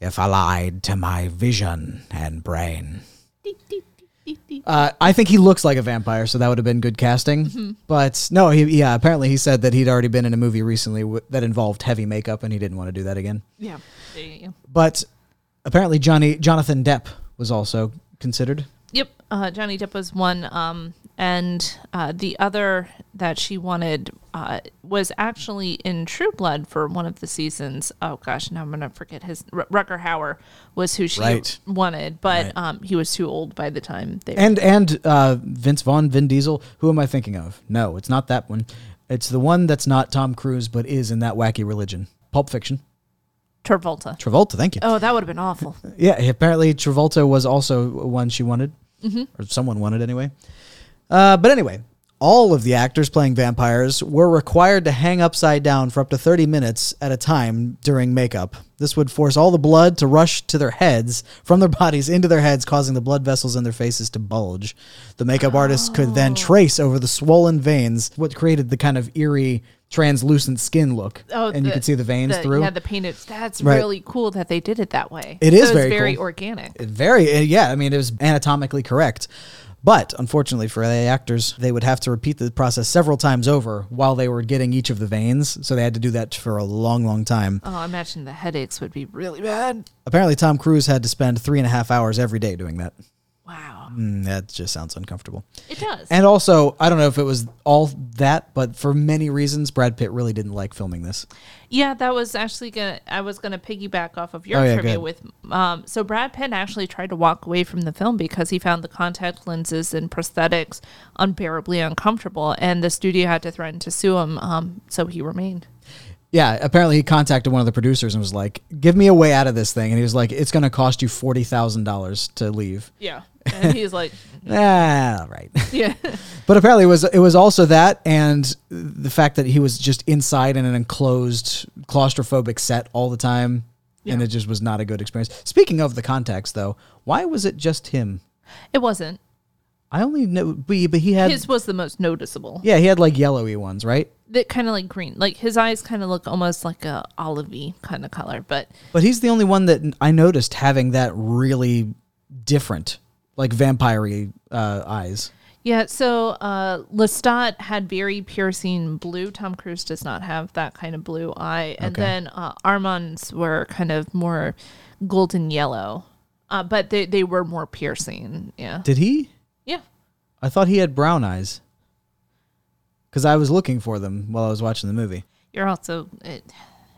A: if allied to my vision and brain.
B: dee, dee, dee, dee, dee.
A: Uh, I think he looks like a vampire, so that would have been good casting. But no, he, yeah, apparently he said that he'd already been in a movie recently w- that involved heavy makeup and he didn't want to do that again.
B: yeah. There you go.
A: But apparently Johnny Jonathan Depp was also considered.
B: Yep, uh, Johnny Depp was one, um, and uh, the other that she wanted uh, was actually in True Blood for one of the seasons. Oh gosh, now I'm gonna forget his R- Rucker Hauer was who she
A: Right.
B: wanted, but
A: Right.
B: um, he was too old by the time they.
A: And and uh, Vince Vaughn, Vin Diesel. Who am I thinking of? No, it's not that one. It's the one that's not Tom Cruise, but is in that wacky religion. Pulp Fiction.
B: Travolta.
A: Travolta, thank you.
B: Oh, that would have been awful.
A: Yeah, apparently Travolta was also one she wanted,
B: Mm-hmm.
A: or someone wanted anyway. Uh, but anyway, all of the actors playing vampires were required to hang upside down for up to 30 minutes at a time during makeup. This would force all the blood to rush to their heads from their bodies into their heads, causing the blood vessels in their faces to bulge. The makeup artists could
B: Oh.
A: then trace over the swollen veins what created the kind of eerie, translucent skin look.
B: Oh,
A: and you
B: the-
A: could see the veins
B: the-
A: through.
B: Yeah, the painted. That's
A: Right.
B: really cool that they did it that way.
A: It is
B: so
A: very
B: it's very
A: cool.
B: organic.
A: It very uh, yeah i mean it was anatomically correct but unfortunately for the actors they would have to repeat the process several times over while they were getting each of the veins so they had to do that for a long long time
B: Oh, I imagine the headaches would be really bad.
A: apparently tom cruise had to spend three and a half hours every day doing that
B: Wow,
A: Mm, that just sounds uncomfortable
B: it does.
A: and also i don't know if it was all that but for many reasons brad pitt really didn't like filming this
B: Yeah, that was actually gonna. I was gonna piggyback off of your
A: Oh, yeah,
B: trivia
A: good.
B: with. Um, so Brad Pitt actually tried to walk away from the film because he found the contact lenses and prosthetics unbearably uncomfortable, and the studio had to threaten to sue him. Um, so he remained.
A: yeah apparently he contacted one of the producers and was like give me a way out of this thing and he was like it's going to cost you $40000 to leave
B: Yeah, and he's like,
A: ah all right
B: yeah,
A: But apparently, it was it was also that, and the fact that he was just inside in an enclosed, claustrophobic set all the time, and
B: Yeah.
A: it just was not a good experience. Speaking of the context, though, why was it just him?
B: it wasn't.
A: I only know, but he- but he had,
B: His was the most noticeable.
A: yeah, he had like yellowy ones, right?
B: That kind of like green, like his eyes kind of look almost like a olivey kind of color, but
A: But he's the only one that I noticed having that really different, like vampire uh, eyes.
B: Yeah, so uh, Lestat had very piercing blue. Tom Cruise does not have that kind of blue eye. And
A: Okay.
B: then uh, Armand's were kind of more golden yellow, uh, but they, they were more piercing. Yeah.
A: Did he?
B: Yeah.
A: I thought he had brown eyes, because I was looking for them while I was watching the movie.
B: You're also, it,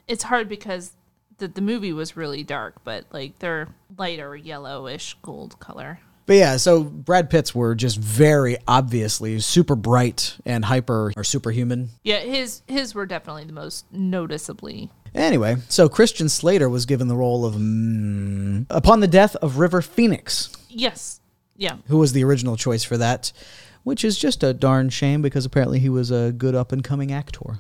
B: it's hard because the, the movie was really dark, but like they're lighter yellowish gold color.
A: But yeah, so Brad Pitt's were just very obviously super bright and hyper or superhuman.
B: Yeah, his his were definitely the most noticeably.
A: Anyway, so Christian Slater was given the role of mm, upon the death of River Phoenix,
B: Yes. Yeah.
A: who was the original choice for that, which is just a darn shame because apparently he was a good up and coming actor.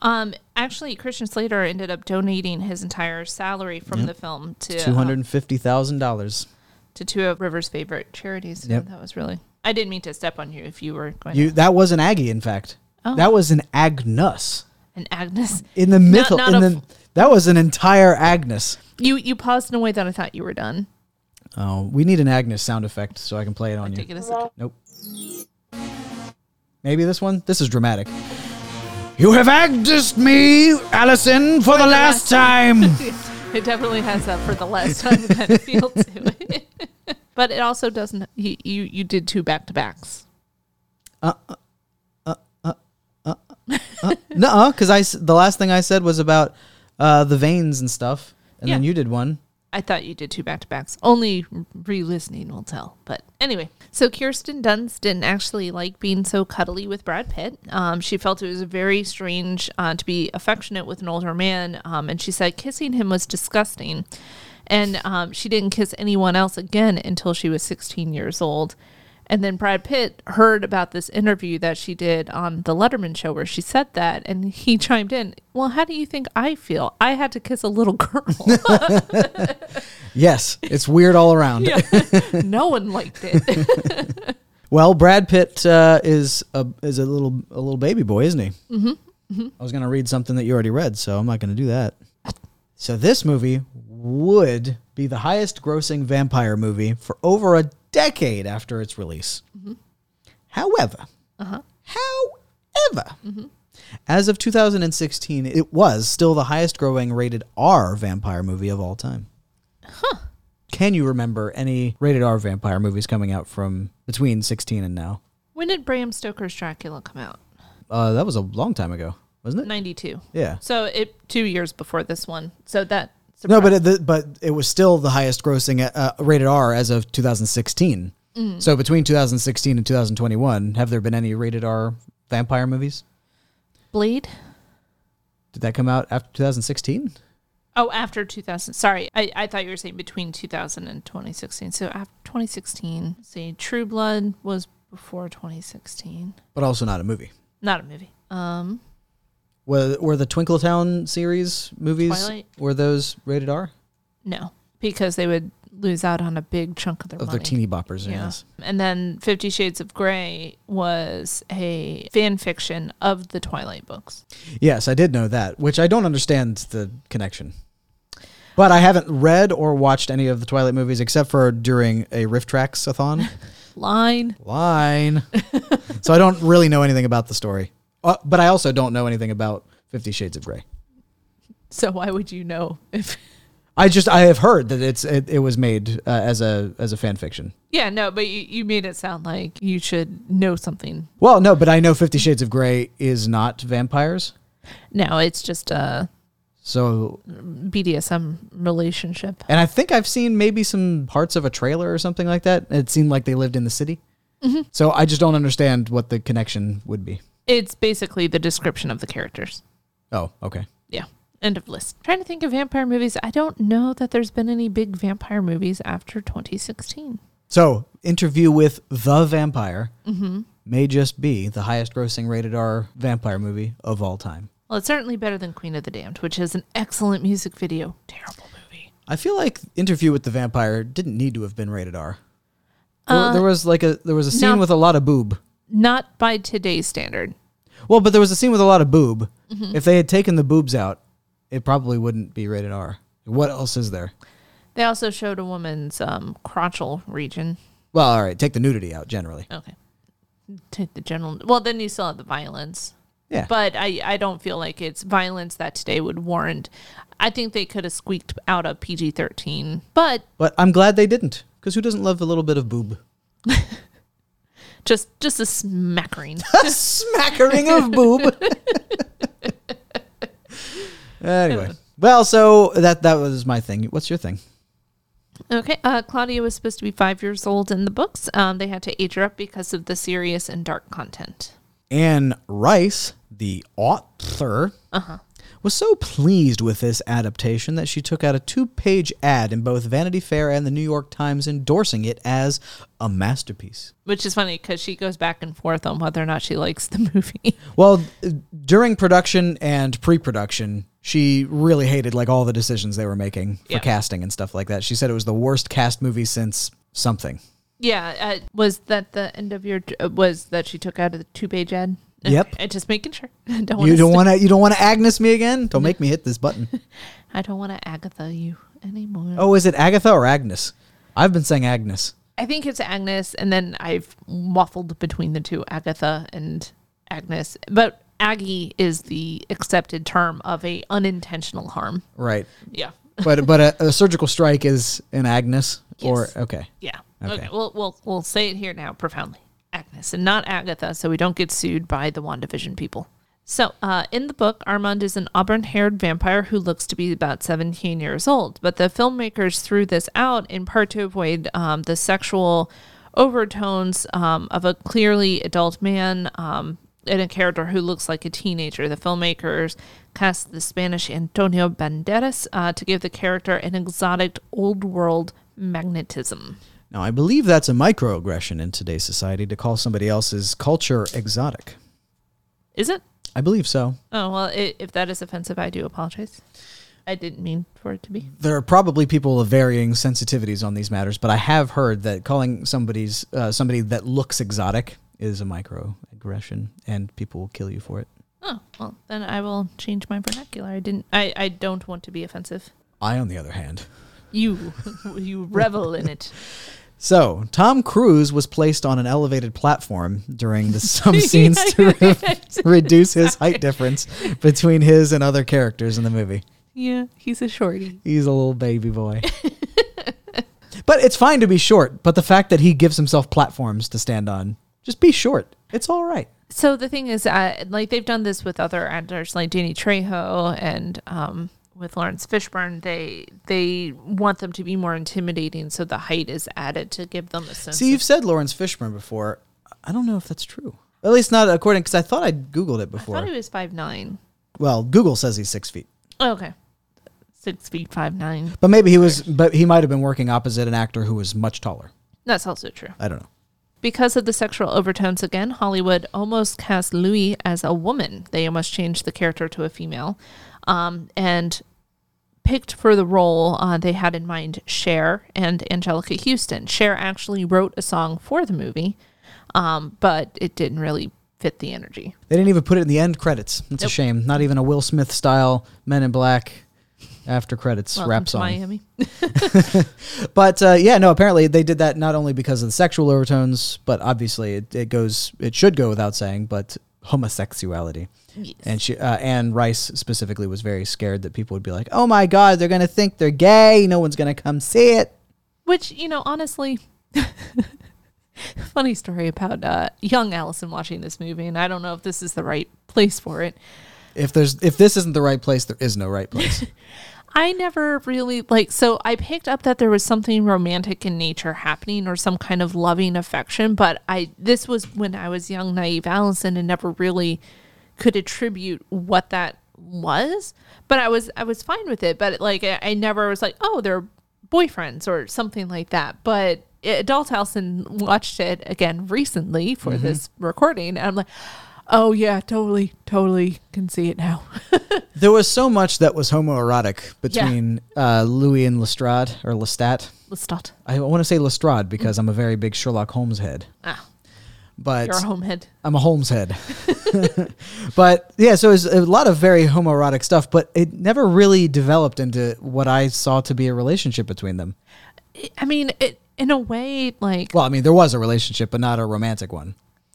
B: Um, actually, Christian Slater ended up donating his entire salary from the film to
A: Two
B: uh,
A: hundred and fifty thousand dollars.
B: to two of River's favorite charities. So
A: Yep.
B: That was really. I didn't mean to step on you if you were going
A: You that was an Aggie, in fact. That was an Agnus
B: to, an Agnes.
A: in the middle.
B: Oh.
A: in
B: not a
A: the, that was an entire Agnes.
B: You you paused in a way that I thought you were done.
A: Oh, we need an Agnes sound effect so I can play it on you.
B: Take it as a,
A: Nope. Maybe this one? This is dramatic. You have agdised me, Allison, for the last
B: last
A: time.
B: it definitely has that for the last time kind of feel to it. but it also doesn't. You you, you did two back to backs.
A: Nuh-uh, because I s- the last thing I said was about uh, the veins and stuff, and then
B: Yeah.
A: you did one.
B: I thought you did two back to backs. Only re listening will tell. But anyway, so Kirsten Dunst didn't actually like being so cuddly with Brad Pitt. Um, she felt it was very strange uh, to be affectionate with an older man. Um, and she said kissing him was disgusting. And um, she didn't kiss anyone else again until she was 16 years old. And then Brad Pitt heard about this interview that she did on the Letterman show where she said that, and he chimed in, Well, how do you think I feel? I had to kiss a little girl.
A: Yes, it's weird all around.
B: Yeah. no one liked it.
A: Well, Brad Pitt uh, is a is a little a little baby boy, isn't he? Mm-hmm. I was going to read something that you already read, so I'm not going to do that. So this movie would be the highest grossing vampire movie for over a decade after its release. However, however, as of 2016, it was still the highest growing rated R vampire movie of all time. Can you remember any rated R vampire movies coming out from between 16 and now?
B: when did Bram Stoker's Dracula come out?
A: Uh, that was a long time ago, wasn't it?
B: 92.
A: Yeah.
B: So it two years before this one. So that.
A: No, but it, the, but it was still the highest grossing uh, rated R as of 2016.
B: Mm-hmm.
A: So between 2016 and 2021, have there been any rated R vampire movies?
B: Blade?
A: Did that come out after 2016?
B: Oh, after 2000. Sorry, I, I thought you were saying between 2000 and 2016. So after 2016, let's see, True Blood was before 2016.
A: But also not a movie.
B: Not a movie. Um,
A: Were, were the Twinkletown series movies
B: Twilight?
A: were those rated R
B: no, because they would lose out on a big chunk of their
A: of
B: money.
A: their teeny boppers?
B: Yeah.
A: Yes.
B: And then Fifty Shades of Grey was a fan fiction of the Twilight books.
A: Yes, I did know that, which I don't understand the connection. But I haven't read or watched any of the Twilight movies except for during a Riff Tracks a thon
B: Line.
A: line. so I don't really know anything about the story. Uh, but I also don't know anything about Fifty Shades of Grey.
B: So why would you know if.
A: I just I have heard that it's it, it was made uh, as a as a fan fiction.
B: Yeah, no, but you, you made it sound like you should know something.
A: Well, no, but I know Fifty Shades of Grey is not vampires.
B: No, it's just a
A: So,
B: BDSM relationship.
A: and I think I've seen maybe some parts of a trailer or something like that. It seemed like they lived in the city. So I just don't understand what the connection would be.
B: It's basically the description of the characters.
A: Oh, okay.
B: Yeah. End of list. Trying to think of vampire movies. I don't know that there's been any big vampire movies after 2016.
A: So, interview with the vampire may just be the highest grossing rated R vampire movie of all time.
B: Well, it's certainly better than Queen of the Damned, which is an excellent music video. Terrible movie.
A: I feel like interview with the vampire didn't need to have been rated R. There, there was like a there was a scene
B: no.
A: with a lot of boob.
B: Not by today's standard.
A: Well, but there was a scene with a lot of boob. If they had taken the boobs out, it probably wouldn't be rated R. What else is there?
B: They also showed a woman's um, crotchal region.
A: Well, all right, take the nudity out generally.
B: Okay. Take the general. Well, then you still have the violence.
A: Yeah.
B: But I, I don't feel like it's violence that today would warrant. I think they could have squeaked out a PG 13. But
A: But I'm glad they didn't, because who doesn't love a little bit of boob?
B: just just a smackering.
A: A smackering of boob. anyway, well, so that that was my thing. What's your thing?
B: okay, uh, Claudia was supposed to be five years old in the books. Um, they had to age her up because of the serious and dark content.
A: Anne Rice, the author, was so pleased with this adaptation that she took out a two-page ad in both Vanity Fair and the New York Times, endorsing it as a masterpiece.
B: Which is funny because she goes back and forth on whether or not she likes the movie.
A: Well, th- during production and pre-production, she really hated like all the decisions they were making for
B: Yeah.
A: casting and stuff like that. She said it was the worst cast movie since something.
B: yeah, uh, was that the end of your? Uh, was that she took out of the two page ad?
A: Yep.
B: I, just making sure. I don't
A: you
B: wanna
A: don't
B: st-
A: want to. You don't want to Agnes me again. Don't make me hit this button.
B: I don't want to Agatha you anymore.
A: oh, is it Agatha or Agnes? I've been saying Agnes.
B: I think it's Agnes, and then I've waffled between the two, Agatha and Agnes. But Aggie is the accepted term of a unintentional harm.
A: Right,
B: Yeah.
A: but but a, a surgical strike is an Agnes or
B: Yes.
A: okay.
B: Yeah.
A: Okay.
B: Okay. We'll, we'll, we'll say it here now profoundly. Agnes and not Agatha, so we don't get sued by the WandaVision people. So, uh, in the book, Armand is an auburn haired vampire who looks to be about 17 years old, but the filmmakers threw this out in part to avoid um, the sexual overtones um, of a clearly adult man um, and a character who looks like a teenager. The filmmakers cast the Spanish Antonio Banderas uh, to give the character an exotic old world magnetism.
A: Now, I believe that's a microaggression in today's society to call somebody else's culture exotic.
B: Is it?
A: I believe so.
B: Oh, well, i if that is offensive, I do apologize. I didn't mean for it to be.
A: There are probably people of varying sensitivities on these matters, but I have heard that calling somebody's uh, somebody that looks exotic is a microaggression, and people will kill you for it.
B: Oh, well, then I will change my vernacular. I didn't I I don't want to be offensive.
A: I, on the other hand,
B: You you revel in it.
A: So, Tom Cruise was placed on an elevated platform during the some scenes to re- reduce his height difference between his and other characters in the movie.
B: Yeah, he's a shorty.
A: He's a little baby boy. but it's fine to be short, but the fact that he gives himself platforms to stand on, just be short. It's all right.
B: So the thing is, uh, like they've done this with other actors, like Danny Trejo and um, with Lawrence Fishburne. They they want them to be more intimidating, so the height is added to give them a sense.
A: See, you've said Lawrence Fishburne before. I don't know if that's true. At least not according, because I thought I Googled it
B: of, I
A: before.
B: thought he was five nine. Oh,
A: well, Google says he's six feet.
B: Okay, six feet five nine.
A: But maybe he was, but he might have been working opposite an actor who was much taller.
B: That's also true.
A: I don't know.
B: Because of the sexual overtones again, Hollywood almost cast Louis as a woman. They almost changed the character to a female. Um, and picked for the role, uh, they had in mind Cher and Angelica Houston. Cher actually wrote a song for the movie, um, but it didn't really fit the energy.
A: They didn't even put it in the end credits. That's a shame. Not even a Will Smith style Men in Black after credits
B: Welcome
A: rap
B: to
A: song.
B: Miami.
A: But uh, yeah, no. Apparently, they did that not only because of the sexual overtones, but obviously it, it goes it should go without saying, but homosexuality.
B: Yes.
A: And she uh, Anne Rice specifically was very scared that people would be like, "Oh my God, they're gonna think they're gay. No one's gonna come see it."
B: Which, you know, honestly, funny story about uh, young Allison watching this movie, and I don't know if this is the right place for it.
A: If there's if this isn't the right place, there is no right place.
B: I never really like so I picked up that there was something romantic in nature happening or some kind of loving affection, but I this was when I was young, naive Allison and never really could attribute what that was. But I was I was fine with it, but like I, I never was like, oh, they're boyfriends or something like that. But adult Allison watched it again recently for this recording, and I'm like, oh yeah, totally, totally can see it now.
A: there was so much that was homoerotic between uh, Louis and Lestrade or Lestat.
B: Let's start.
A: I want to say Lestrade because I'm a very big Sherlock Holmes head,
B: Ah,
A: but
B: your home head.
A: I'm a Holmes head. but yeah, so it's a lot of very homoerotic stuff, but it never really developed into what I saw to be a relationship between them.
B: I mean, it in a way, like
A: Well, I mean, there was a relationship, but not a romantic one.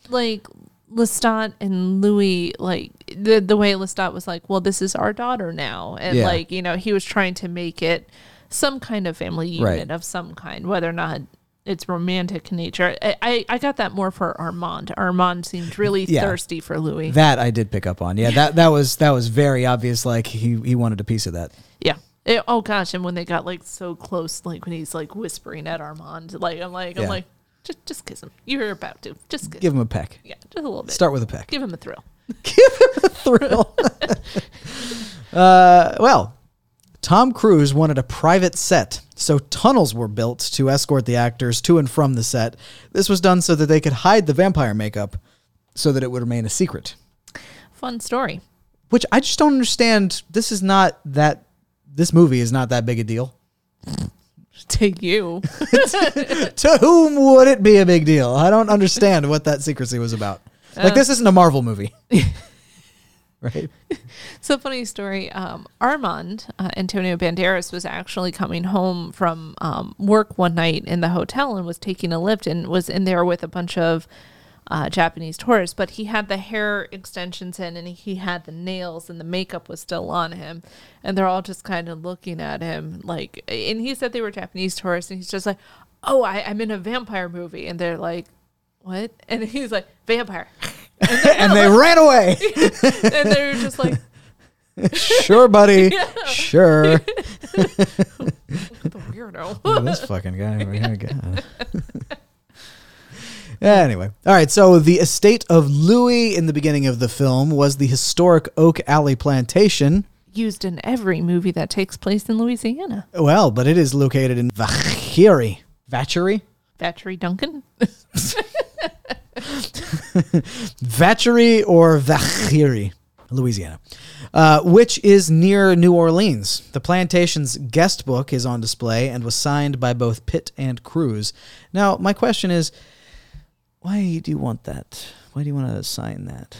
B: like Lestat and Louis, like the the way Lestat was like, well, this is our daughter now, and
A: Yeah.
B: like you know, he was trying to make it some kind of family
A: Right.
B: unit of some kind, whether or not it's romantic in nature. I, I I got that more for Armand. Armand seemed really
A: Yeah.
B: thirsty for Louis.
A: That I did pick up on. Yeah, that that was that was very obvious. Like he he wanted a piece of that.
B: yeah. It- oh gosh, and when they got like so close, like when he's like whispering at Armand, like I'm like
A: Yeah.
B: I'm like just just kiss him. You're about to just kiss.
A: Give him a peck.
B: yeah, just a little bit.
A: Start with a peck.
B: Give him a thrill.
A: thrill. uh, well, Tom Cruise wanted a private set, so tunnels were built to escort the actors to and from the set. This was done so that they could hide the vampire makeup so that it would remain a secret,
B: Fun story.
A: which I just don't understand. This is not that, this movie is not that big a deal.
B: to you.
A: to whom would it be a big deal? I don't understand what that secrecy was about. Like, this isn't a Marvel movie. right?
B: so funny story. Um, Armand uh, Antonio Banderas was actually coming home from um, work one night in the hotel and was taking a lift and was in there with a bunch of uh, Japanese tourists. But he had the hair extensions in and he had the nails and the makeup was still on him, and they're all just kind of looking at him like. And he said they were Japanese tourists, and he's just like, "Oh, I, I'm in a vampire movie," and they're like. What? And he's like, vampire.
A: And they ran away.
B: And they're just like,
A: sure, buddy. Sure.
B: the weirdo.
A: Look at this fucking guy over here. God. anyway, all right. So the estate of Louis in the beginning of the film was the historic Oak Alley plantation.
B: used in every movie that takes place in Louisiana.
A: Well, but it is located in Vachiri. Vachery?
B: Battery Duncan.
A: Vacherie or Vacherie, Louisiana, uh, which is near New Orleans. The plantation's guest book is on display and was signed by both Pitt and Cruz. Now, my question is why do you want that? Why do you want to sign that?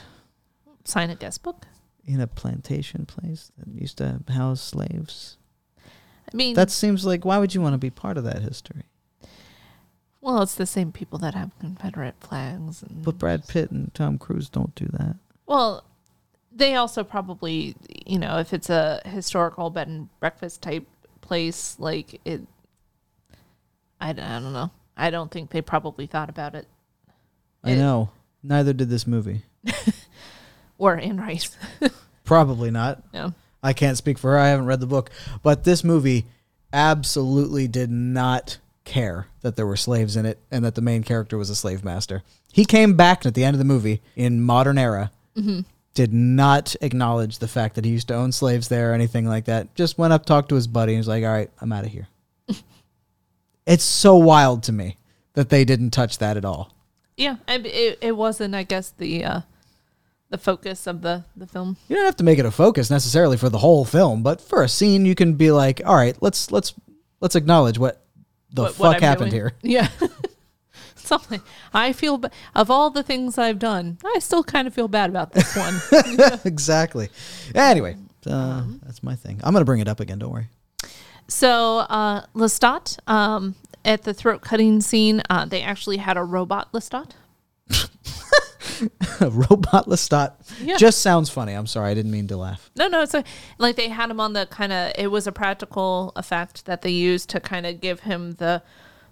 B: Sign a guest book.
A: In a plantation place that used to house slaves?
B: I mean,
A: That seems like, why would you want to be part of that history?
B: well, it's the same people that have Confederate flags. And,
A: But Brad Pitt and Tom Cruise don't do that.
B: well, they also probably, you know, if it's a historical bed and breakfast type place, like it, I, d- I don't know. I don't think they probably thought about it
A: I
B: It-
A: know. Neither did this movie.
B: or in rice.
A: Probably not.
B: no.
A: I can't speak for her. I haven't read the book, but this movie absolutely did not care that there were slaves in it and that the main character was a slave master. He came back at the end of the movie in modern era. Did not acknowledge the fact that he used to own slaves there or anything like that. Just went up, talked to his buddy, and was like, "All right, I'm out of here." it's so wild to me that they didn't touch that at all.
B: Yeah, I, it, it wasn't, I guess, the uh, the focus of the, the film.
A: you don't have to make it a focus necessarily for the whole film, but for a scene, you can be like, "All right, let's let's let's acknowledge what the
B: what-
A: fuck
B: what I'm
A: happened
B: doing.
A: here."
B: Yeah. Something I feel ba- of all the things I've done, I still kind of feel bad about this one.
A: exactly. Anyway, uh, that's my thing. I'm gonna bring it up again. Don't worry.
B: so uh, Lestat, um, at the throat cutting scene, uh, they actually had a robot Lestat.
A: Robot Lestat
B: Yeah.
A: just sounds funny. I'm sorry, I didn't mean to laugh.
B: No, no, it's a, like they had him on the kind of. It was a practical effect that they used to kind of give him the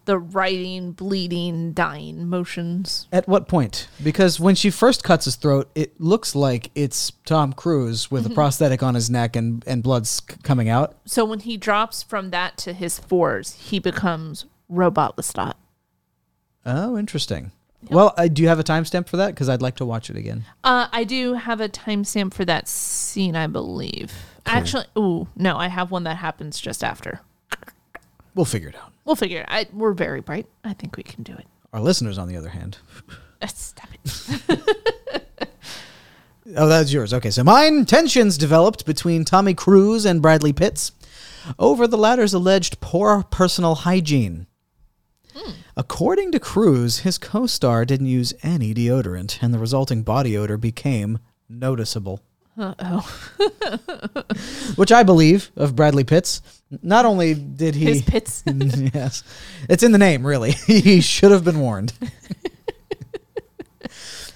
B: the writing, bleeding, dying motions.
A: At what point? Because when she first cuts his throat, it looks like it's Tom Cruise
B: Mm-hmm.
A: with a prosthetic on his neck and and blood's c- coming out.
B: So when he drops from that to his fours, he becomes robot Lestat.
A: Oh, interesting. Well, uh, do you have a timestamp for that? Because I'd like to watch it again.
B: Uh, I do have a timestamp for that scene, I believe. Actually, ooh, no, I have one that happens just after.
A: We'll figure it out.
B: We'll figure it. I, we're very bright. I think we can do it.
A: Our listeners, on the other hand,
B: Uh, Stop it.
A: Oh, that's yours. Okay, so mine tensions developed between Tommy Cruise and Bradley Pitts over the latter's alleged poor personal hygiene. According to Cruise, his co star didn't use any deodorant, and the resulting body odor became noticeable. Uh oh. Which I believe of Bradley Pitts. Not only did he.
B: His pits.
A: yes. It's in the name, really. he should have been warned.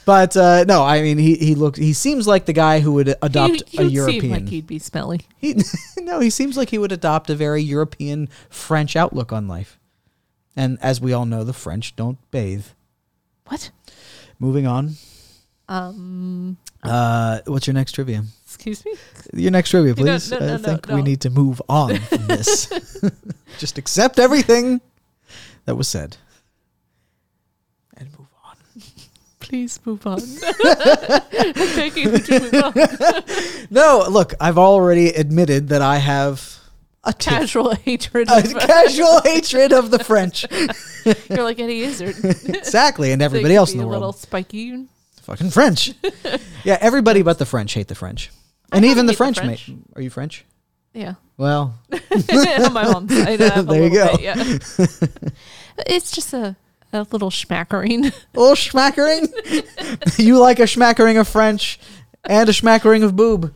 A: but uh, no, I mean he he looks he seems like the guy who would adopt
B: He-
A: a
B: he would seem
A: European.
B: like he'd be smelly.
A: he, no, he seems like he would adopt a very European French outlook on life. And as we all know, the French don't bathe.
B: What?
A: Moving on.
B: Um,
A: Uh, what's your next trivia?
B: excuse me.
A: Your next trivia,
B: No, no,
A: please.
B: no,
A: I
B: no,
A: think we
B: no.
A: need to move on from this. Just accept everything that was said and move on.
B: Please move on. I'm begging you to move on.
A: No, look, I've already admitted that I have a tiff-
B: Casual hatred.
A: a
B: Of, uh,
A: casual hatred of the French.
B: you're like Eddie Izzard. They
A: exactly, and everybody
B: could
A: else
B: be
A: in the
B: a
A: world.
B: little spiky.
A: Fucking French. yeah, everybody but the French hate the French. And
B: don't
A: even the
B: hate the
A: French,
B: French.
A: ma- Are you French?
B: Yeah.
A: Well,
B: on my mom's side. I have a
A: There you go.
B: little Bit, yeah. it's just a, a little schmackering.
A: a little schmackering. you like a schmackering of French and a schmackering of boob.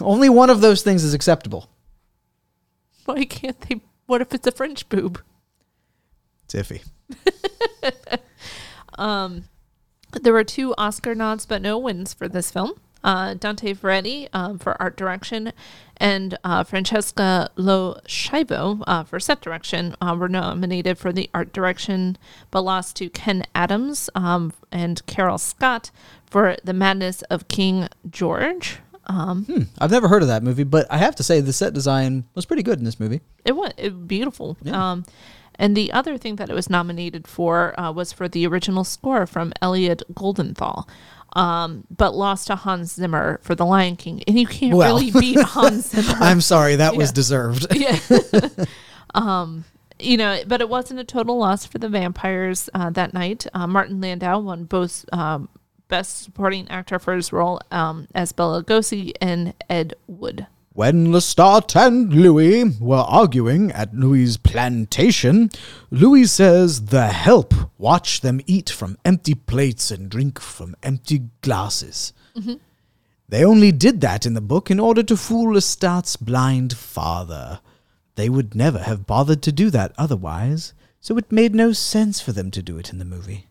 A: Only one of those things is acceptable.
B: Why can't they? What if it's a French boob?
A: It's iffy.
B: There were two Oscar nods, but no wins for this film. Uh, Dante Ferretti um, for art direction and uh, Francesca Lo Scheibo uh, for set direction uh, were nominated for the art direction, but lost to Ken Adams um, and Carol Scott for The Madness of King George. Um,
A: I've never heard of that movie, but I have to say the set design was pretty good in this movie.
B: It was, it was beautiful.
A: Yeah.
B: Um, and the other thing that it was nominated for uh, was for the original score from Elliot Goldenthal, um, but lost to Hans Zimmer for The Lion King. And you can't
A: Well.
B: really beat Hans Zimmer.
A: I'm sorry, that was
B: Yeah.
A: deserved.
B: yeah. um, you know, but it wasn't a total loss for the vampires uh, that night. Uh, Martin Landau won both um, Best Supporting Actor for his role um, as Bela Lugosi and Ed Wood.
A: When Lestat and Louis were arguing at Louis's plantation, Louis says, The help watch them eat from empty plates and drink from empty glasses. They only did that in the book in order to fool Lestat's blind father. They would never have bothered to do that otherwise, so it made no sense for them to do it in the movie.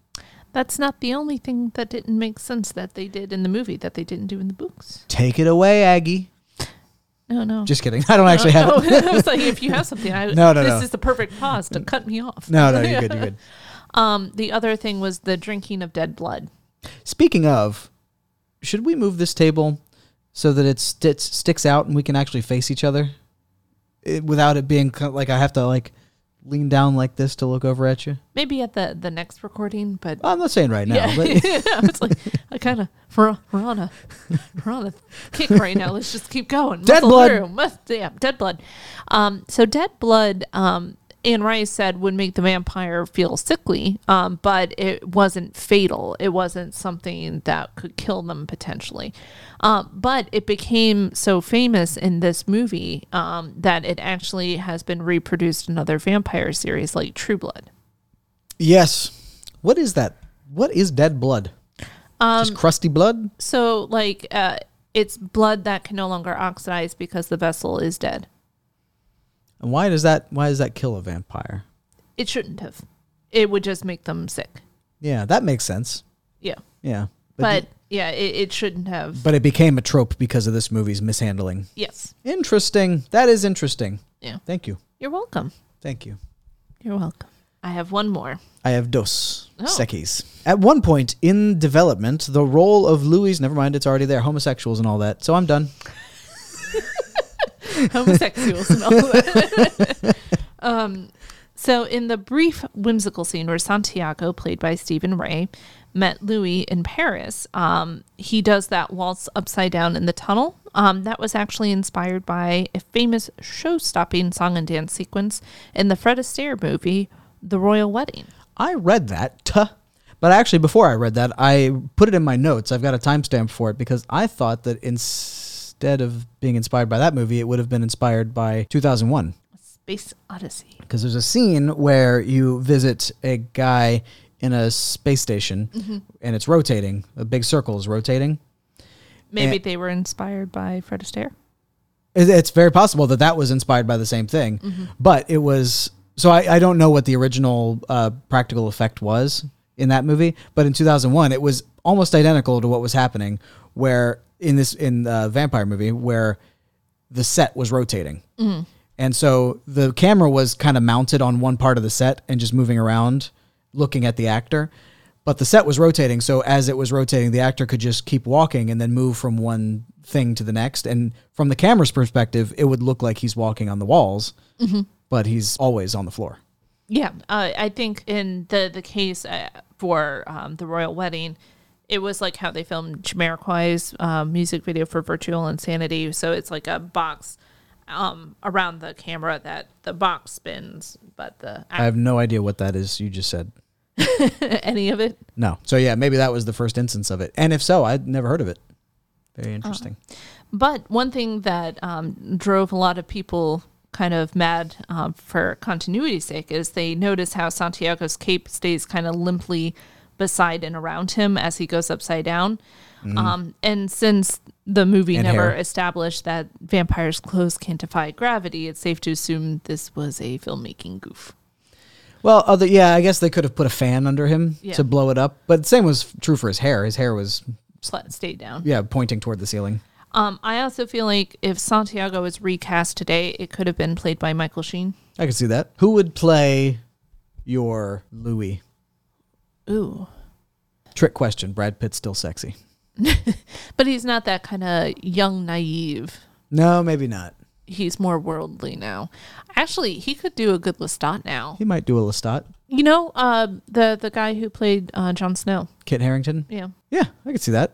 B: That's not the only thing that didn't make sense that they did in the movie that they didn't do in the books.
A: Take it away, Aggie.
B: No, no.
A: Just kidding. I don't actually have it.
B: Oh, I was like, if you have something, I,
A: No, no,
B: this
A: no.
B: is the perfect pause to cut me off.
A: No, no, you're good. You're good.
B: Um, the other thing was the drinking of dead blood.
A: Speaking of, should we move this table so that it sti- sticks out and we can actually face each other it, without it being co- like I have to like lean down like this to look over at you?
B: Maybe at the the next recording, but
A: I'm not saying right now,
B: yeah,
A: but
B: I was like, I kind of we're, we're on a we're on a kick right now. Let's just keep going.
A: Dead
B: Muscle
A: blood.
B: through. Mus- yeah, dead blood. Um, so dead blood. Um, Anne Rice said would make the vampire feel sickly, um, but it wasn't fatal. It wasn't something that could kill them potentially. Um, but it became so famous in this movie um, that it actually has been reproduced in other vampire series like True Blood.
A: yes. What is that? What is dead blood?
B: Um,
A: Just crusty blood?
B: So, like, uh, it's blood that can no longer oxidize because the vessel is dead.
A: And why does that why does that kill a vampire?
B: It shouldn't have. It would just make them sick.
A: Yeah, that makes sense.
B: Yeah.
A: Yeah.
B: But, yeah, it, it shouldn't have.
A: but it became a trope because of this movie's mishandling.
B: yes.
A: Interesting. That is interesting.
B: Yeah.
A: Thank you.
B: You're welcome.
A: Thank you.
B: You're welcome. I have one more.
A: I have dos
B: Oh.
A: sekis. At one point in development, the role of Louis, never mind, it's already there, homosexuals and all that. So I'm done.
B: Homosexuals and all that. um, so, in the brief whimsical scene where Santiago, played by Stephen Ray, met Louis in Paris, um, he does that waltz upside down in the tunnel. Um, that was actually inspired by a famous show stopping song and dance sequence in the Fred Astaire movie, The Royal Wedding.
A: I read that, tuh. but actually, before I read that, I put it in my notes. I've got a timestamp for it because I thought that instead of being inspired by that movie, it would have been inspired by 2001.
B: Space Odyssey.
A: because there's a scene where you visit a guy in a space station and it's rotating a big circle is rotating
B: Maybe
A: Eh.
B: they were inspired by Fred Astaire.
A: It- it's very possible that that was inspired by the same thing but it was so I, I don't know what the original uh, practical effect was in that movie but in 2001 it was almost identical to what was happening where in this in the vampire movie where the set was rotating and so the camera was kind of mounted on one part of the set and just moving around looking at the actor but the set was rotating so as it was rotating the actor could just keep walking and then move from one thing to the next and from the camera's perspective it would look like he's walking on the walls but he's always on the floor
B: Yeah, uh, I think in the the case uh, for um, the royal wedding, it was like how they filmed Jamiroquai's um, music video for "Virtual Insanity." So it's like a box um, around the camera that the box spins, but the
A: i have no idea what that is you just said
B: any of it.
A: no so yeah maybe that was the first instance of it and if so i'd never heard of it very interesting
B: But one thing that um, drove a lot of people kind of mad um, for continuity's sake is they notice how Santiago's cape stays kind of limply beside and around him as he goes upside down. Um, and since the movie
A: Mm-hmm. And
B: never
A: hair.
B: established that vampires' clothes can't defy gravity, it's safe to assume this was a filmmaking goof.
A: Well, other yeah, I guess they could have put a fan under him
B: Yeah.
A: to blow it up, but the same was true for his hair. His hair was
B: Slut stayed down.
A: yeah pointing toward the ceiling.
B: Um, I also feel like if Santiago was recast today, it could have been played by Michael Sheen.
A: I could see that. Who would play your Louis?
B: Ooh.
A: Trick question. Brad Pitt's still sexy.
B: But he's not that kind of young, naive.
A: No, maybe not.
B: He's more worldly now. Actually, he could do a good Lestat now.
A: He might do a Lestat.
B: You know, uh, the the guy who played uh, Jon Snow.
A: Kit Harrington.
B: Yeah,
A: Yeah, I could see that.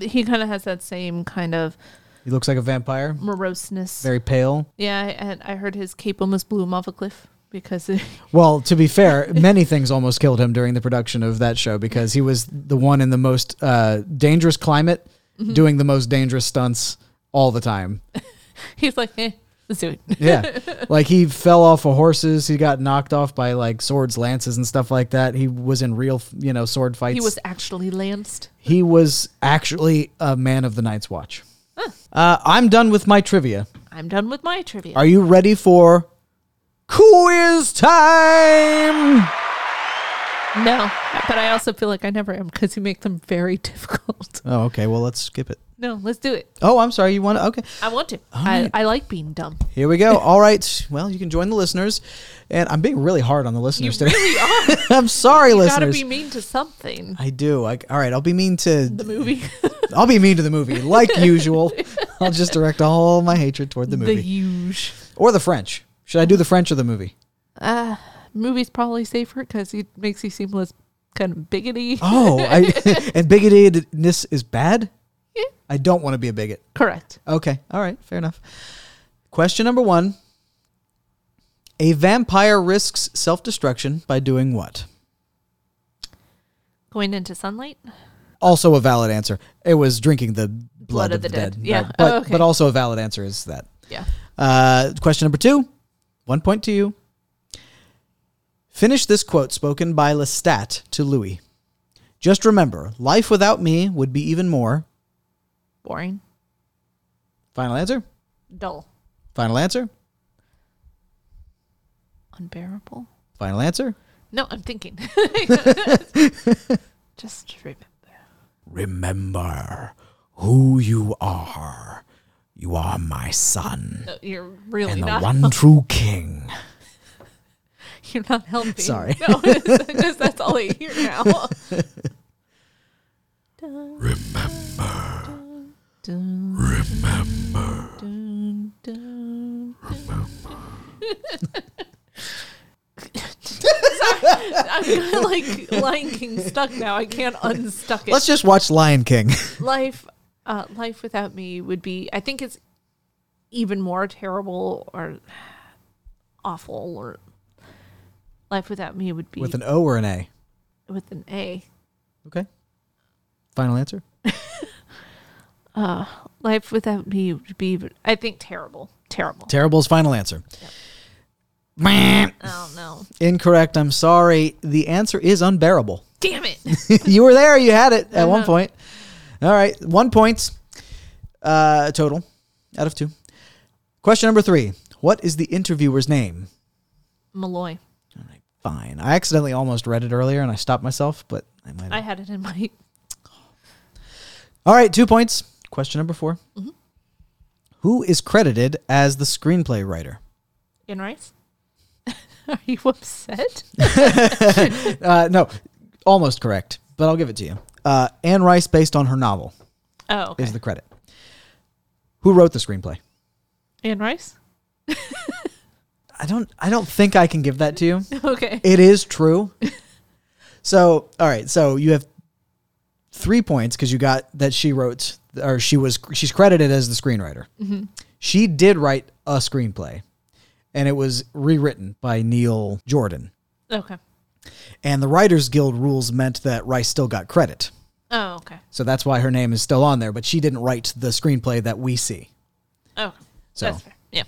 B: he kind of has that same kind of
A: He looks like a vampire.
B: moroseness.
A: Very pale.
B: Yeah, I, and I heard his cape almost blew him off a cliff. because
A: Well, to be fair, many things almost killed him during the production of that show because he was the one in the most uh, dangerous climate, doing the most dangerous stunts all the time.
B: he's like, eh, let's do it.
A: Yeah. like he fell off of horses. He got knocked off by like swords, lances, and stuff like that. He was in real, you know, sword fights.
B: He was actually lanced.
A: He was actually a man of the Night's Watch. Uh, I'm done with my trivia.
B: I'm done with my trivia.
A: Are you ready for quiz time?
B: no, but I also feel like I never am because you make them very difficult.
A: Oh, okay. Well, let's skip it.
B: No, let's do it.
A: Oh, I'm sorry. You want to? Okay.
B: I want to. I, I like being dumb.
A: Here we go. All right. Well, you can join the listeners. And I'm being really hard on the listeners
B: You
A: today. I'm sorry,
B: gotta
A: listeners.
B: be mean to something.
A: I do. I, all right. I'll be mean
B: The
A: to.
B: movie,
A: I'll be mean to the movie, like usual. I'll just direct all my hatred toward the
B: the
A: movie
B: huge
A: or the French. Should I do the French or the movie?
B: uh, movie's probably safer because it makes you seem less kind of biggity.
A: Oh, I, and bigotedness is bad.
B: Yeah.
A: I don't want to be a bigot.
B: Correct.
A: Okay. All right. Fair enough. Question number one A vampire risks self destruction by doing what?
B: Going into sunlight.
A: Also, a valid answer. It was drinking the blood, of, the, dead.
B: Yeah.
A: Right. But,
B: Oh, okay.
A: but also, a valid answer is that.
B: Yeah.
A: Uh, question number two. One point to you. Finish this quote spoken by Lestat to Louis. Just remember, life without me would be even more.
B: Boring.
A: Final answer.
B: Dull.
A: Final answer.
B: Unbearable.
A: Final answer.
B: No, I'm thinking. Just remember.
A: Remember who you are. You are my son
B: No, you're really not.
A: true king.
B: You're not helping.
A: Sorry.
B: No, it's just, that's all I hear now. Remember. Remember. Sorry, I'm kinda like Lion King stuck now. I can't unstuck it.
A: Let's just watch Lion King.
B: life, uh, life without me would be. I think it's even more terrible or awful. Or life without me would be
A: With an O or an A?
B: with an A.
A: Okay. Final answer.
B: Uh, life without me would be, I think, terrible. Terrible.
A: Terrible's final answer. Meh.
B: oh, no.
A: Incorrect. I'm sorry. The answer is unbearable.
B: Damn it.
A: you were there. You had it
B: Uh-huh.
A: at one point. All right. One point uh, total out of two. Question number three What is the interviewer's name?
B: Malloy.
A: Fine. I accidentally almost read it earlier and I stopped myself, but I might.
B: I had it in my.
A: All right. Two points. Question number 4
B: Mm-hmm.
A: Who is credited as the screenplay writer?
B: In rice? Are you upset?
A: Uh, no, almost correct, but I'll give it to you. Uh, Anne Rice, based on her novel,
B: Oh, okay.
A: is the credit. Who wrote the screenplay?
B: In rice?
A: I don't. I don't think I can give that to you.
B: Okay.
A: It is true. so, all right. So you have three points because you got that she wrote or she was she's credited as the screenwriter. She did write a screenplay, and it was rewritten by Neil Jordan.
B: Okay.
A: And the Writers Guild rules meant that Rice still got credit,
B: Oh, okay.
A: so that's why her name is still on there. But she didn't write the screenplay that we see.
B: Oh,
A: So-
B: that's fair. Yeah.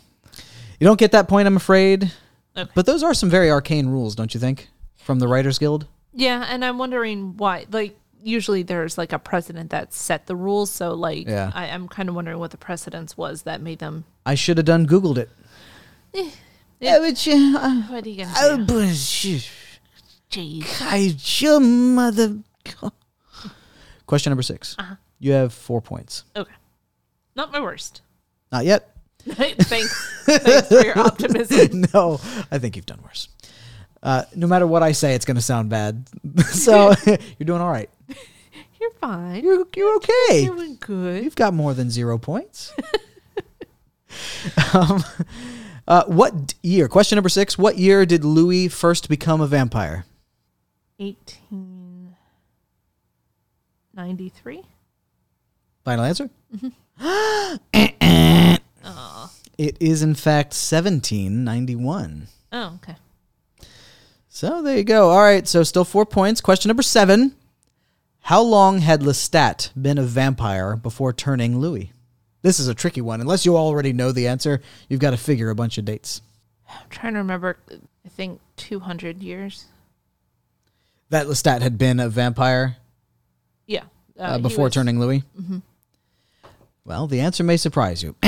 A: You don't get that point, I'm afraid.
B: Okay.
A: But those are some very arcane rules, don't you think, from the Writers Guild?
B: Yeah, and I'm wondering why. Like, usually there's like a precedent that set the rules. So, like,
A: Yeah.
B: I, I'm kind of wondering what the precedence was that made them.
A: I should have done Googled it.
B: Yeah.
A: but you, uh,
B: What are you going
A: Oh,
B: to do?
A: but sh-
B: Jeez.
A: I- your mother. Question number 6 You have four points.
B: Okay. Not my worst.
A: Not yet.
B: Thanks. Thanks for your optimism.
A: no, I think you've done worse. Uh, no matter what I say, it's going to sound bad. so you're doing all right.
B: You're fine. You're
A: You're, you're okay.
B: doing good.
A: You've got more than zero points. um, uh, what d- year? Question number six. What year did Louis first become a vampire?
B: 1893.
A: Final answer?
B: Mm-hmm.
A: it is, in fact, 1791.
B: Oh, okay.
A: So there you go. All right. So still four points. Question number seven. How long had Lestat been a vampire before turning Louis? This is a tricky one. Unless you already know the answer, you've got to figure a bunch of dates.
B: I'm trying to remember. I think 200 years.
A: That Lestat had been a vampire
B: Yeah. Uh,
A: uh,
B: he
A: before
B: was- Mm-hmm.
A: turning Louis? Well, the answer may surprise you.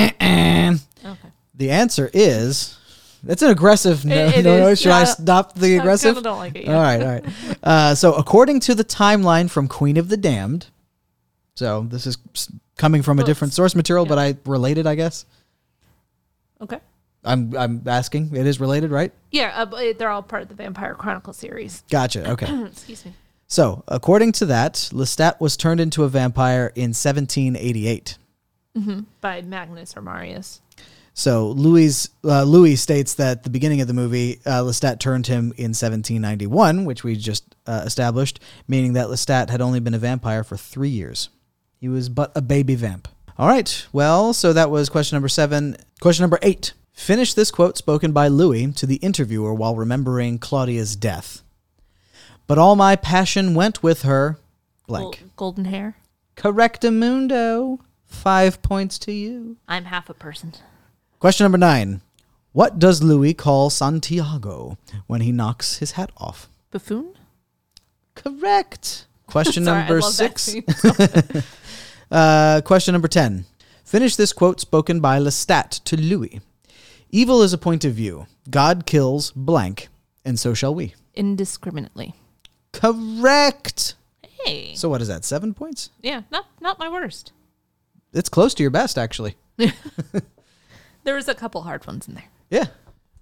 B: Okay.
A: The answer is that's an aggressive no.
B: It- it
A: no, no.
B: is,
A: Should I
B: yeah.
A: stop the
B: I
A: aggressive?
B: kinda don't like it,
A: All right, all right. Uh, so, according to the timeline from Queen of the Damned, so this is s- coming from a
B: Well,
A: different
B: it's-
A: source material,
B: yeah.
A: but I related, I guess.
B: Okay.
A: I'm I'm asking. It is related, right?
B: Yeah, uh, but they're all part of the Vampire Chronicle series.
A: Gotcha. Okay.
B: Excuse me.
A: so, according to that, Lestat was turned into a vampire in 1788.
B: By Magnus or Marius.
A: So Louis uh, Louis states that the beginning of the movie, uh, Lestat turned him in 1791, which we just uh, established, meaning that Lestat had only been a vampire for three years. He was but a baby vamp. All right. Well, so that was question number seven. Question number eight. Finish this quote spoken by Louis to the interviewer while remembering Claudia's death. But all my passion went with her. Blank.
B: Gol- golden hair.
A: Correctamundo. Five points to you.
B: I'm half a person.
A: Question number nine. What does Louis call Santiago when he knocks his hat off?
B: Buffoon?
A: Correct. Question
B: Sorry, I
A: number
B: love that
A: six.
B: scene.
A: Uh, question number 10. Finish this quote spoken by Lestat to Louis Evil is a point of view. God kills blank, and so shall we.
B: Indiscriminately.
A: Correct.
B: Hey.
A: So, what is that? Seven points?
B: Yeah, not not my worst.
A: It's close to your best, actually.
B: There was a couple hard ones in there.
A: Yeah.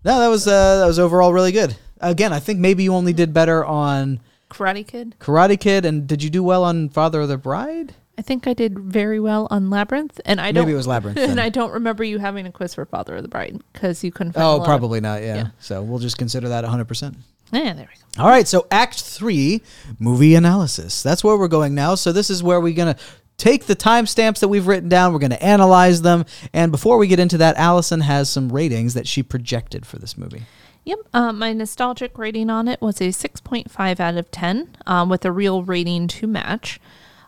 A: No, that was uh, that was overall really good. Again, I think maybe you only did better on
B: Karate Kid.
A: Karate Kid, and did you do well on Father of the Bride?
B: I think I did very well on Labyrinth, and I don't.
A: Maybe it was Labyrinth.
B: and
A: then.
B: I don't remember you having a quiz for Father of the Bride because you couldn't. Find a
A: Oh,
B: lot of-
A: probably not. Yeah.
B: uh, Yeah.
A: So we'll just consider that 100%.
B: Yeah, Eh, there we go.
A: All right. So Act Three, movie analysis. That's where we're going now. So this is where we're going to take the timestamps that we've written down, we're going to analyze them. And before we get into that, Allison has some ratings that she projected for this movie.
B: Yep. Uh, my nostalgic rating on it was a 6.5 out of 10 um, with a real rating to match.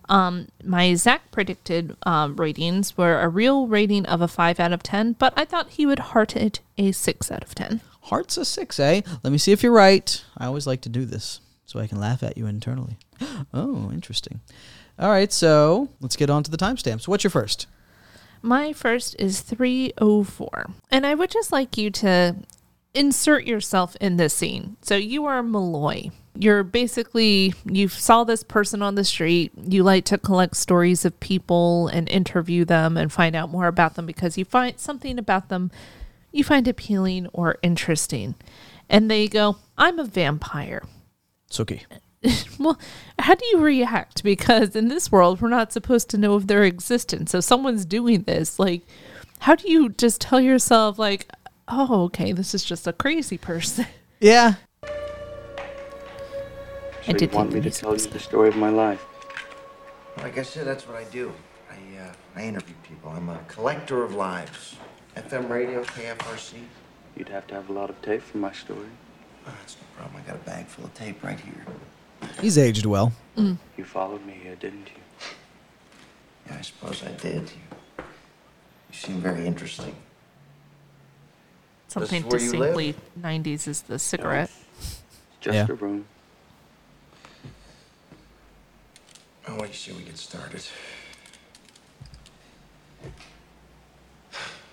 B: Um, my Zach predicted um, ratings were a real rating of a 5 out of 10, but I thought he would heart it a 6 out of 10.
A: Heart's a six, eh? Let me see if you're right. I always like to do this so I can laugh at you internally. Oh, interesting. All right. So let's get on to the timestamps. What's your first?
B: My first is 304. And I would just like you to insert yourself in this scene. So you are Malloy. You're basically, you saw this person on the street. You like to collect stories of people and interview them and find out more about them because you find something about them you find appealing or interesting. And they go, I'm a vampire.
A: It's okay.
B: Well, how do you react? Because in this world, we're not supposed to know of their existence. So someone's doing this. Like, how do you just tell yourself, like, oh, okay, this is just a crazy person?
A: Yeah.
B: I
C: So you
B: did
C: want
B: think
C: me to
B: the
C: tell you the story of my life?
D: Like I said, that's what I do. I, uh, I interview people. I'm a collector of lives. FM radio, KFRC.
C: You'd have to have a lot of tape for my story.
D: Oh, that's no problem. I got a bag full of tape right here.
A: He's aged well.
C: You followed me here, didn't you?
D: Yeah, I suppose I did. You, you seem very interesting.
B: Something
D: where you live?
B: distinctly 90s is the cigarette.
C: Just
A: Yeah.
C: a room.
D: Oh, what do you say we get started?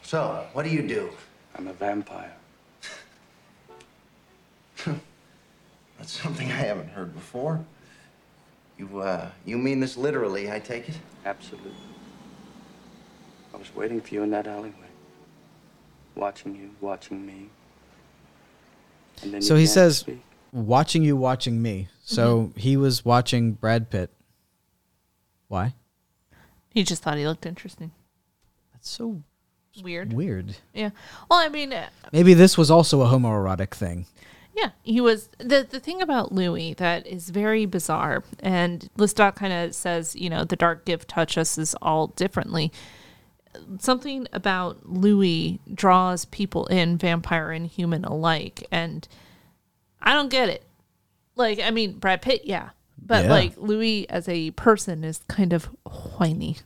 D: So, what do you do?
C: I'm a vampire.
D: That's something I haven't heard before. You, uh, you mean this literally, I take it?
C: Absolutely. I was waiting for you in that alleyway. Watching you, watching me. And then
A: So
C: you
A: he
C: can't
A: says-
C: speak.
A: watching you watching me. So
B: Mm-hmm.
A: he was watching Brad Pitt. Why?
B: He just thought he looked interesting.
A: That's so
B: Weird.
A: weird.
B: Yeah. Well, I mean, uh,
A: Maybe this was also a homoerotic thing.
B: Yeah, he was the the thing about Louis that is very bizarre, and Lestat kind of says, you know, the dark gift touch us is all differently. Something about Louis draws people in, vampire and human alike, and I don't get it. Like, I mean, Brad Pitt, yeah. But
A: Yeah.
B: like Louis as a person is kind of whiny.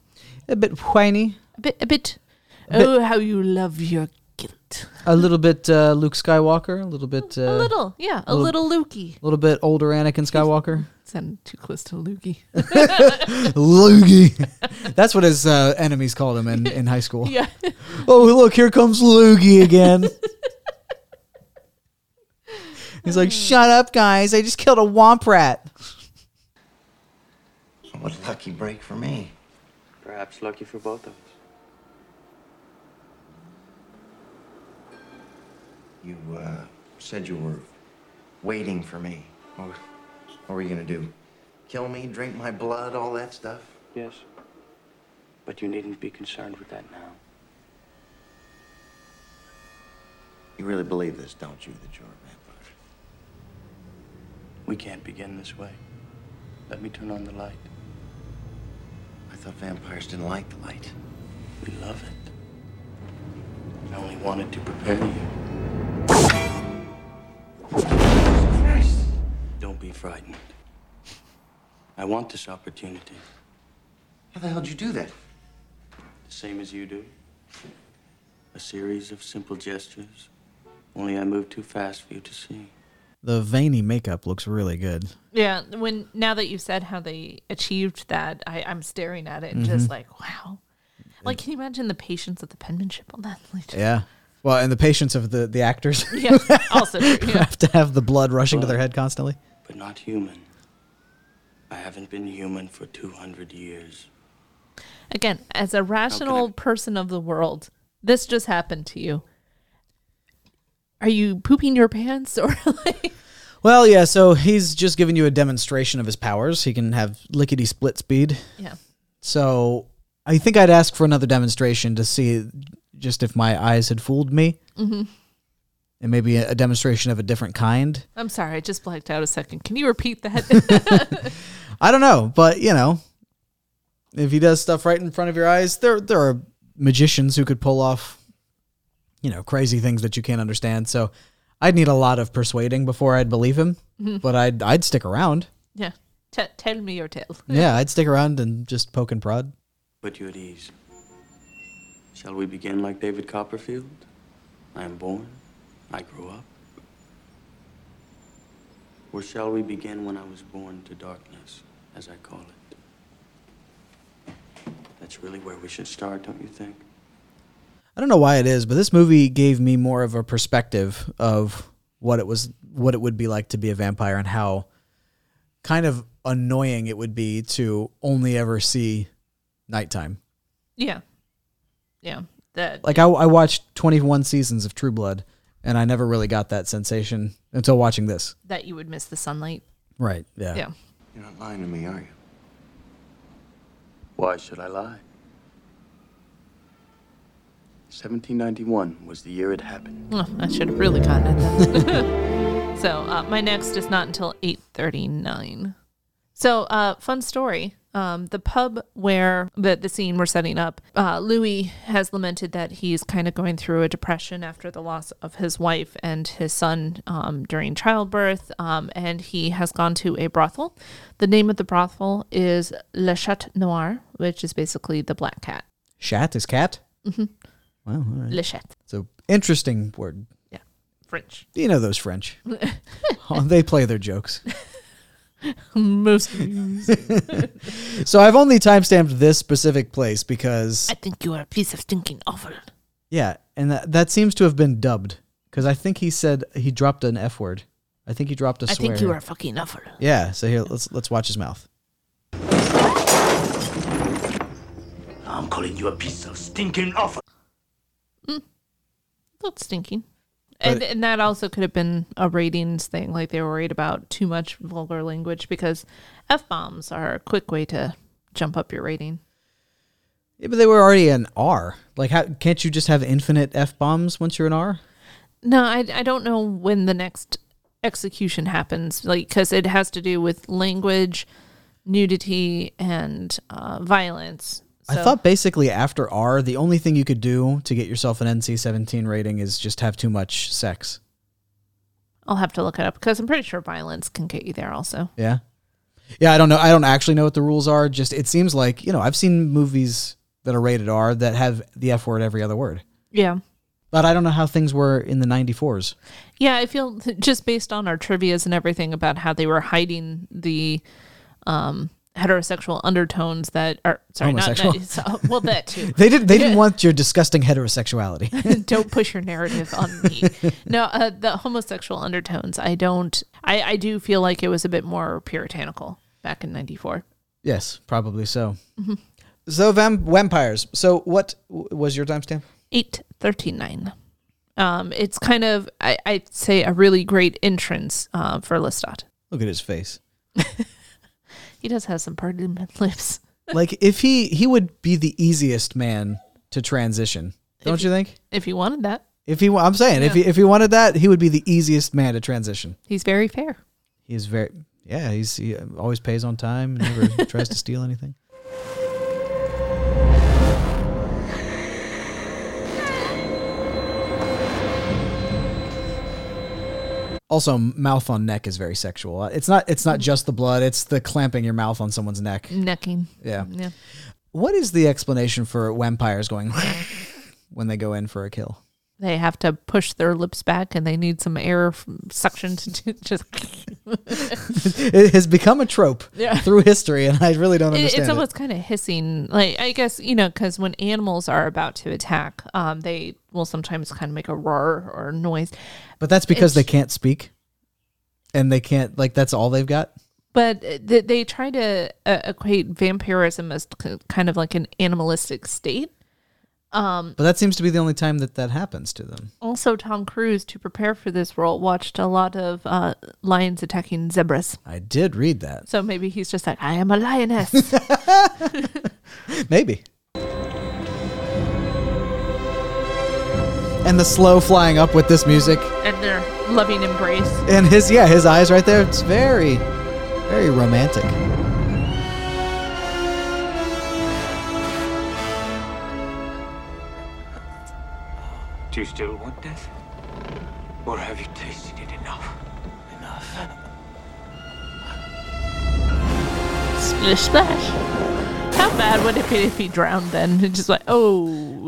A: A bit whiny,
B: A bit a bit Oh, how you love your guilt.
A: a little bit uh, Luke Skywalker, a little bit uh,
B: a little, yeah, a
A: little-
B: little, Lukey.
A: a little bit older Anakin Skywalker.
B: Sounded too close to Lukey.
A: Loogie. That's what his uh, enemies called him in, in high school.
B: yeah.
A: Oh, look, here comes Loogie again. He's like, shut up, guys. I just killed a womp rat.
D: What a lucky break for me.
C: Perhaps lucky for both of us.
D: You uh, said you were waiting for me. What, were- what were you gonna do? Kill me, drink my blood, all that stuff?
C: Yes. But you needn't be concerned with that now.
D: You really believe this, don't you, that you're a vampire?
C: We can't begin this way. Let me turn on the light.
D: I thought vampires didn't like the light.
C: We love it. I only wanted to prepare you.
D: Christ!
C: Don't be frightened. I want this opportunity,
D: How the hell'd you do that?
C: the same as you do. A series of simple gestures. Only I moved too fast for you to see.
A: The veiny makeup looks really good.
B: Yeah, when now that you said how they achieved that, I, I'm staring at it and
A: Mm-hmm.
B: just like, wow. Like, can you imagine the patience of the penmanship on that? Like,
A: Yeah. Well, and the patience of the, the actors
B: yeah, also true.
A: who
B: Yeah.
A: have to have the blood rushing to their head constantly.
C: But not human. I haven't been human for 200 years.
B: Again, as a rational
C: Okay.
B: person of the world, this just happened to you. Are you pooping your pants or like?
A: Well, yeah, so he's just giving you a demonstration of his powers. He can have lickety split speed.
B: Yeah,
A: So I think I'd ask for another demonstration to see just if my eyes had fooled me. Mm-hmm. And maybe a, a demonstration of a different kind.
B: I'm sorry, I just blacked out a second. Can you repeat that?
A: I don't know, but you know, if he does stuff right in front of your eyes, there there are magicians who could pull off, you know, crazy things that you can't understand. So I'd need a lot of persuading before I'd believe him. But I'd I'd stick around.
B: yeah, T- tell me your tale.
A: Yeah, I'd stick around and just poke and prod.
C: Put you at ease. Shall we begin like David Copperfield? I am born. I grew up. Or shall we begin when I was born to darkness, as I call it? That's really where we should start, don't you think?
A: I don't know why it is, but this movie gave me more of a perspective of what it was what it would be like to be a vampire and how kind of annoying it would be to only ever see nighttime.
B: Yeah, yeah, that
A: like I, I watched 21 seasons of True Blood, and I never really got that sensation until watching this.
B: that you would miss the sunlight.
A: Right. Yeah.
B: Yeah.
D: You're not lying to me, are you?
C: Why should I lie? 1791 was the year it happened.
B: Oh, I should have really gotten at that. so uh, my next is not until eight thirty nine. So uh, fun story. Um, the pub where the the scene we're setting up, uh, Louis has lamented that he's kind of going through a depression after the loss of his wife and his son um, during childbirth, um, and he has gone to a brothel. The name of the brothel is Le Chat Noir, which is basically the black cat.
A: Chat is cat. Mm-hmm. Wow. All right.
B: Le Chat,
A: So interesting word.
B: yeah, French.
A: You know those French. Oh, they play their jokes.
B: Most.
A: So I've only timestamped this specific place because
B: I think you are a piece of stinking offal.
A: yeah, and that, that seems to have been dubbed because I think he said he dropped an f word. I think he dropped a
B: I
A: swear.
B: think you are fucking awful.
A: Yeah. So here, let's let's watch his mouth.
C: I'm calling you a piece of stinking awful.
B: That's stinking. And, and that also could have been a ratings thing. Like they were worried about too much vulgar language because F bombs are a quick way to jump up your rating.
A: Yeah, but they were already an R. Like, how can't you just have infinite f bombs once you're an R?
B: No, I, I don't know when the next execution happens. Like, because it has to do with language, nudity, and uh, violence.
A: I thought basically after R, the only thing you could do to get yourself an NC 17 rating is just have too much sex.
B: I'll have to look it up because I'm pretty sure violence can get you there also.
A: Yeah. Yeah, I don't know. I don't actually know what the rules are. Just it seems like, you know, I've seen movies that are rated R that have the F word every other word.
B: Yeah.
A: But I don't know how things were in the 94s.
B: Yeah, I feel just based on our trivias and everything about how they were hiding the um, heterosexual undertones that are sorry, not,
A: Homosexual.
B: not it's, uh, well that too.
A: They didn't they didn't want your disgusting heterosexuality.
B: don't push your narrative on me. No, uh, the homosexual undertones. I don't. I I do feel like it was a bit more puritanical back in '94.
A: yes, probably so. So vam- vampires. So what w- was your timestamp?
B: Eight thirty nine. Um, it's kind of I I'd say a really great entrance uh, for Lestat.
A: Look at his face.
B: He does have some party lips.
A: Like if he he would be the easiest man to transition. Don't you think?
B: If he wanted that,
A: If he wa- I'm saying if he if he wanted that, he would be the easiest man to transition.
B: he's very fair.
A: He is very yeah, he's he always pays on time, never tries to steal anything. Also, mouth on neck is very sexual. Uh, It's not. It's not just the blood. It's the clamping your mouth on someone's
B: Mm.
A: neck.
B: Necking.
A: Yeah.
B: Yeah.
A: What is the explanation for vampires going when they go in for a kill?
B: They have to push their lips back and they need some air from suction to do, just.
A: It has become a trope through history, and I really don't
B: It-
A: understand.
B: it's
A: it.
B: almost kind of hissing. Like, I guess, you know, because when animals are about to attack, um, they will sometimes kind of make a roar or noise.
A: But that's because they
B: It's-
A: can't speak, and they can't like that's all they've got.
B: But th- they try to uh, equate vampirism as k- kind of like an animalistic state.
A: But that seems to be the only time that that happens to them.
B: Also, Tom Cruise, to prepare for this role, watched a lot of uh, lions attacking zebras.
A: I did read that.
B: So maybe he's just like, I am a lioness.
A: Maybe. And the slow flying up with this music
B: and their loving embrace.
A: and his yeah his eyes right there. It's very, very romantic.
E: Do you still want death? Or have you tasted it enough?
B: Splish splash. How bad would it be if he drowned then? It's just like, oh,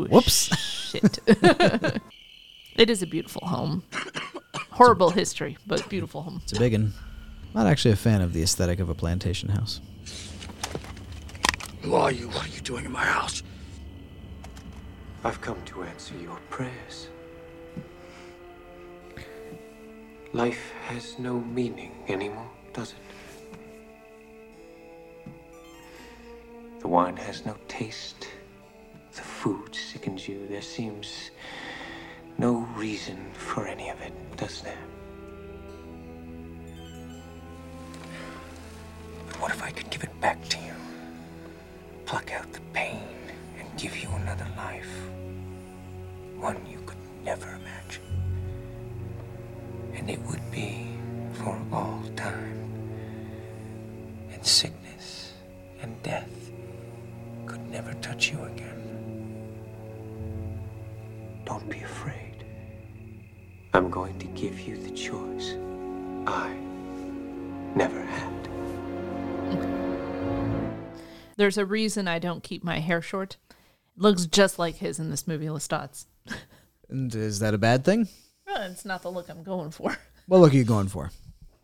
A: Whoops.
B: shit. it is a beautiful home. Horrible history, but beautiful home.
A: It's a big one. Not actually a fan of the aesthetic of a plantation house.
F: Who are you? What are you doing in my house?
E: I've come to answer your prayers. Life has no meaning anymore, does it? The wine has no taste. The food sickens you. There seems no reason for any of it, does there?
F: But what if I could give it back to you? Pluck out the pain and give you another life. One you could never imagine. And it would be for all time. And sickness and death could never touch you again.
E: Don't be afraid. I'm going to give you the choice I never had.
B: There's a reason I don't keep my hair short. It looks just like his in this movie, Lestat's.
A: And is that a bad thing?
B: Well, it's not the look I'm going for.
A: What look are you going for?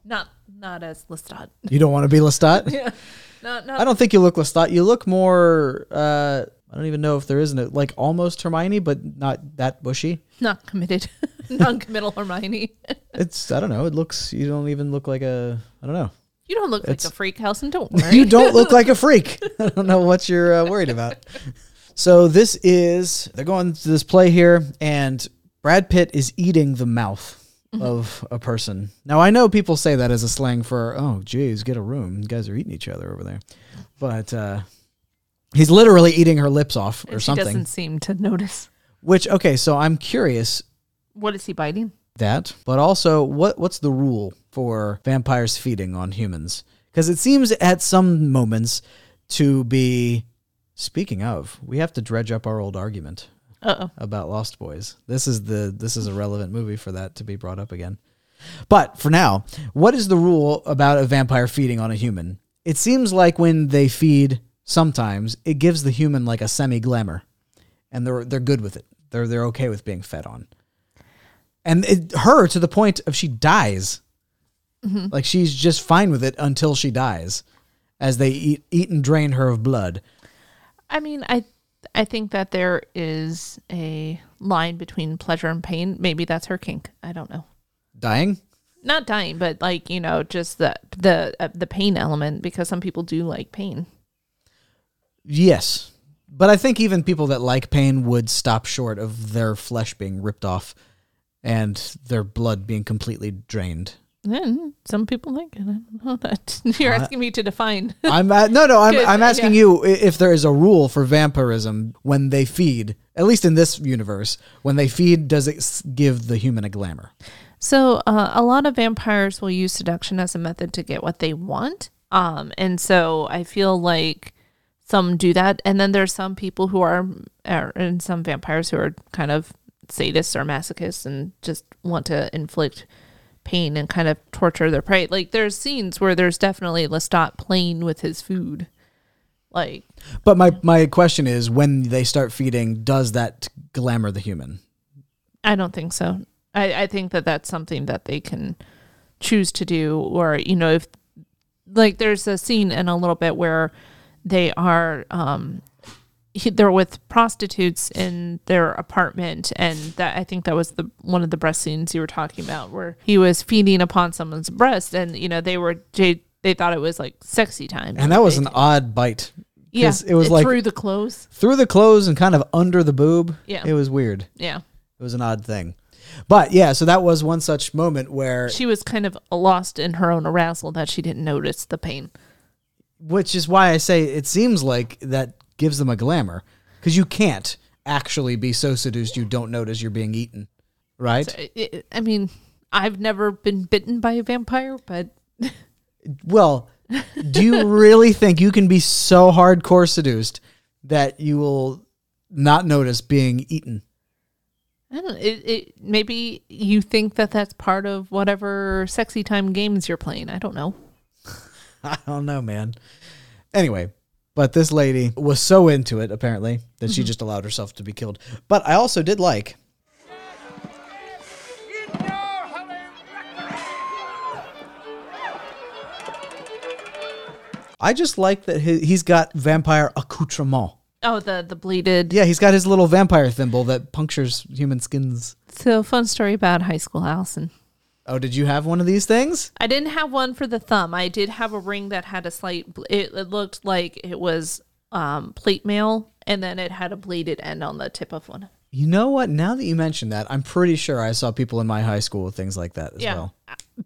B: Not not as Lestat.
A: You don't want to be Lestat.
B: Not
A: I
B: not
A: don't think you look Lestat. You look more. Uh, I don't even know if there isn't a, like almost Hermione, but not that bushy.
B: not committed. Non-committal Hermione.
A: It's I don't know. It looks. You don't even look like a. I don't know.
B: You don't look
A: It's-
B: like a freak house, and don't worry.
A: You don't look like a freak. I don't know what you're uh, worried about. So this is they're going to this play here, and Brad Pitt is eating the mouth of a person. Now I know people say that as a slang for oh geez, get a room. You guys are eating each other over there, but uh, he's literally eating her lips off or
B: And she
A: something.
B: doesn't seem to notice.
A: Which okay, so I'm curious
B: What is he biting?
A: that, but also what what's the rule for vampires feeding on humans? Because it seems at some moments to be. Speaking of, we have to dredge up our old argument
B: Uh oh.
A: about Lost Boys. This is the this is a relevant movie for that to be brought up again. But for now, what is the rule about a vampire feeding on a human? It seems like when they feed, sometimes it gives the human like a semi glamour, and they're they're good with it. They're they're okay with being fed on. And it, her to the point of she dies.
B: Mm-hmm.
A: Like she's just fine with it until she dies, as they eat eat and drain her of blood.
B: I mean, I I think that there is a line between pleasure and pain. Maybe that's her kink. I don't know.
A: Dying.
B: Not dying, but like you know, just the the uh, the pain element because some people do like pain.
A: Yes. But I think even people that like pain would stop short of their flesh being ripped off and their blood being completely drained.
B: And some people like it. I don't know that you're asking me to define.
A: I'm at, no, no. I'm
B: Good,
A: I'm asking
B: yeah.
A: you i- if there is a rule for vampirism when they feed. At least in this universe, when they feed, does it s- give the human a glamour?
B: So, uh, a lot of vampires will use seduction as a method to get what they want. Um, and so I feel like some do that. And then there's some people who are, er, and some vampires who are kind of sadists or masochists and just want to inflict pain and kind of torture their prey. Like, there's scenes where there's definitely Lestat playing with his food. Like,
A: But my my question is, when they start feeding, does that glamour the human?
B: I don't think so. I, I think that that's something that they can choose to do, or you know, if like there's a scene in a little bit where they are um he, they're with prostitutes in their apartment and that i think that was the one of the breast scenes you were talking about where he was feeding upon someone's breast and you know they were they, they thought it was like sexy time
A: And that was an odd bite. 'Cause it was like
B: through
A: through,
B: the clothes
A: the clothes and kind of under the boob.
B: Yeah.
A: it was weird.
B: yeah
A: It was an odd thing. But yeah, so that was one such moment where
B: she was kind of lost in her own arousal that she didn't notice the pain
A: which is why I say it seems like that gives them a glamour because you can't actually be so seduced you don't notice you're being eaten, right?
B: I- I I mean, I've never been bitten by a vampire, but
A: Well, do you really think you can be so hardcore seduced that you will not notice being eaten?
B: I don't. It, it maybe you think that that's part of whatever sexy time games you're playing. I don't know.
A: I don't know, man. Anyway, but this lady was so into it apparently that she just allowed herself to be killed. But I also did like I just like that he- he's got vampire accoutrement.
B: Oh, the the bleeded.
A: Yeah, he's got his little vampire thimble that punctures human skins.
B: So fun story about high school Allison.
A: Oh, did you have one of these things?
B: I didn't have one for the thumb. I did have a ring that had a slight. bl- It, it looked like it was um, plate mail, and then it had a bleeded end on the tip of one.
A: You know what? Now that you mention that, I'm pretty sure I saw people in my high school with things like that as
B: Yeah,
A: well.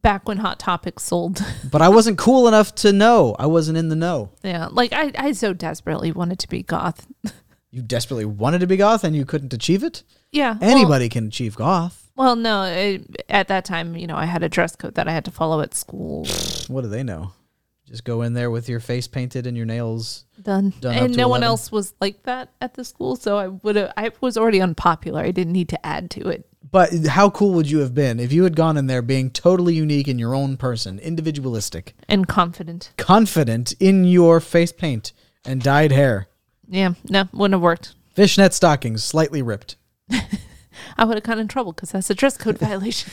B: back when Hot Topics sold.
A: But I wasn't cool enough to know. I wasn't in the know.
B: yeah, like I, I so desperately wanted to be goth.
A: You desperately wanted to be goth and you couldn't achieve it.
B: Yeah, well-
A: Anybody can achieve goth.
B: Well, no, it, at that time, you know, I had a dress code that I had to follow at school.
A: What do they know? Just go in there with your face painted and your nails.
B: Done.
A: Done up
B: and
A: to
B: no one
A: 11.
B: else was like that at the school, so I would have. I was already unpopular. I didn't need to add to it.
A: But how cool would you have been if you had gone in there being totally unique in your own person, individualistic,
B: And confident.
A: confident in your face paint and dyed hair,
B: Yeah, no, wouldn't have worked.
A: fishnet stockings slightly ripped?
B: I would have gotten in trouble because that's a dress code violation.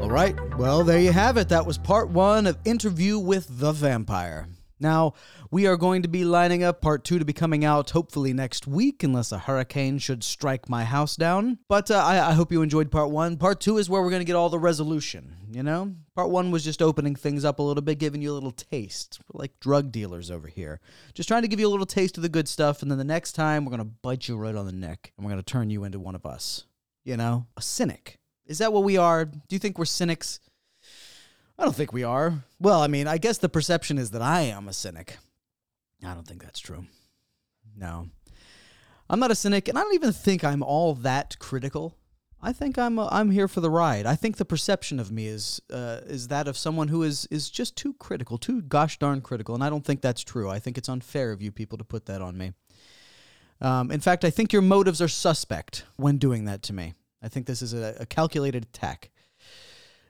A: All right. Well, there you have it. That was part one of Interview with the Vampire. Now, we are going to be lining up part two to be coming out hopefully next week, unless a hurricane should strike my house down. But uh, I, I hope you enjoyed part one. Part two is where we're going to get all the resolution, you know? Part one was just opening things up a little bit, giving you a little taste. We're like drug dealers over here. Just trying to give you a little taste of the good stuff, and then the next time, we're going to bite you right on the neck, and we're going to turn you into one of us. You know? A cynic. Is that what we are? Do you think we're cynics? I don't think we are. Well, I mean, I guess the perception is that I am a cynic. I don't think that's true. No. I'm not a cynic, and I don't even think I'm all that critical. I think I'm uh, I'm here for the ride. I think the perception of me is uh, is that of someone who is is just too critical, too gosh darn critical, and I don't think that's true. I think it's unfair of you people to put that on me. Um, in fact, I think your motives are suspect when doing that to me. I think this is a, a calculated attack.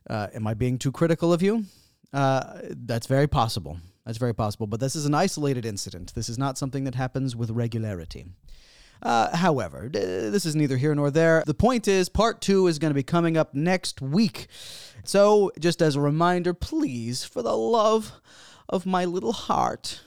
A: Uh, am I being too critical of you? Uh, that's very possible. That's very possible. But this is an isolated incident. This is not something that happens with regularity. Uh, however, d- this is neither here nor there. The point is, part two is going to be coming up next week. So, just as a reminder, please, for the love of my little heart,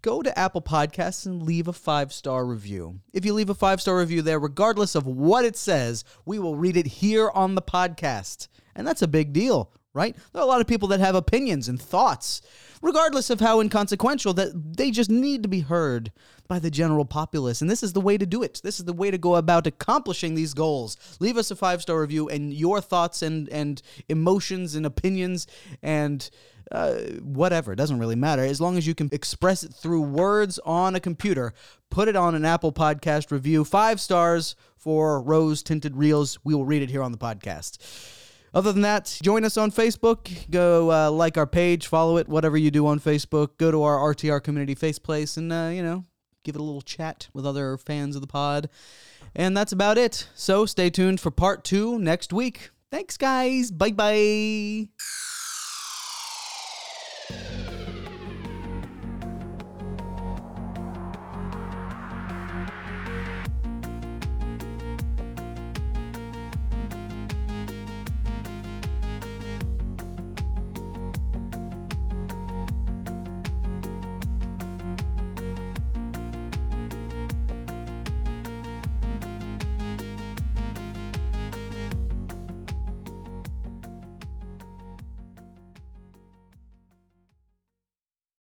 A: go to Apple Podcasts and leave a five star review. If you leave a five star review there, regardless of what it says, we will read it here on the podcast. And that's a big deal, right? There are a lot of people that have opinions and thoughts, regardless of how inconsequential, that they just need to be heard by the general populace. And this is the way to do it. This is the way to go about accomplishing these goals. Leave us a five star review and your thoughts and, and emotions and opinions and uh, whatever. It doesn't really matter. As long as you can express it through words on a computer, put it on an Apple Podcast review. Five stars for Rose Tinted Reels. We will read it here on the podcast. Other than that, join us on Facebook. Go uh, like our page, follow it, whatever you do on Facebook. Go to our RTR community face place and, uh, you know, give it a little chat with other fans of the pod. And that's about it. So stay tuned for part two next week. Thanks, guys. Bye bye.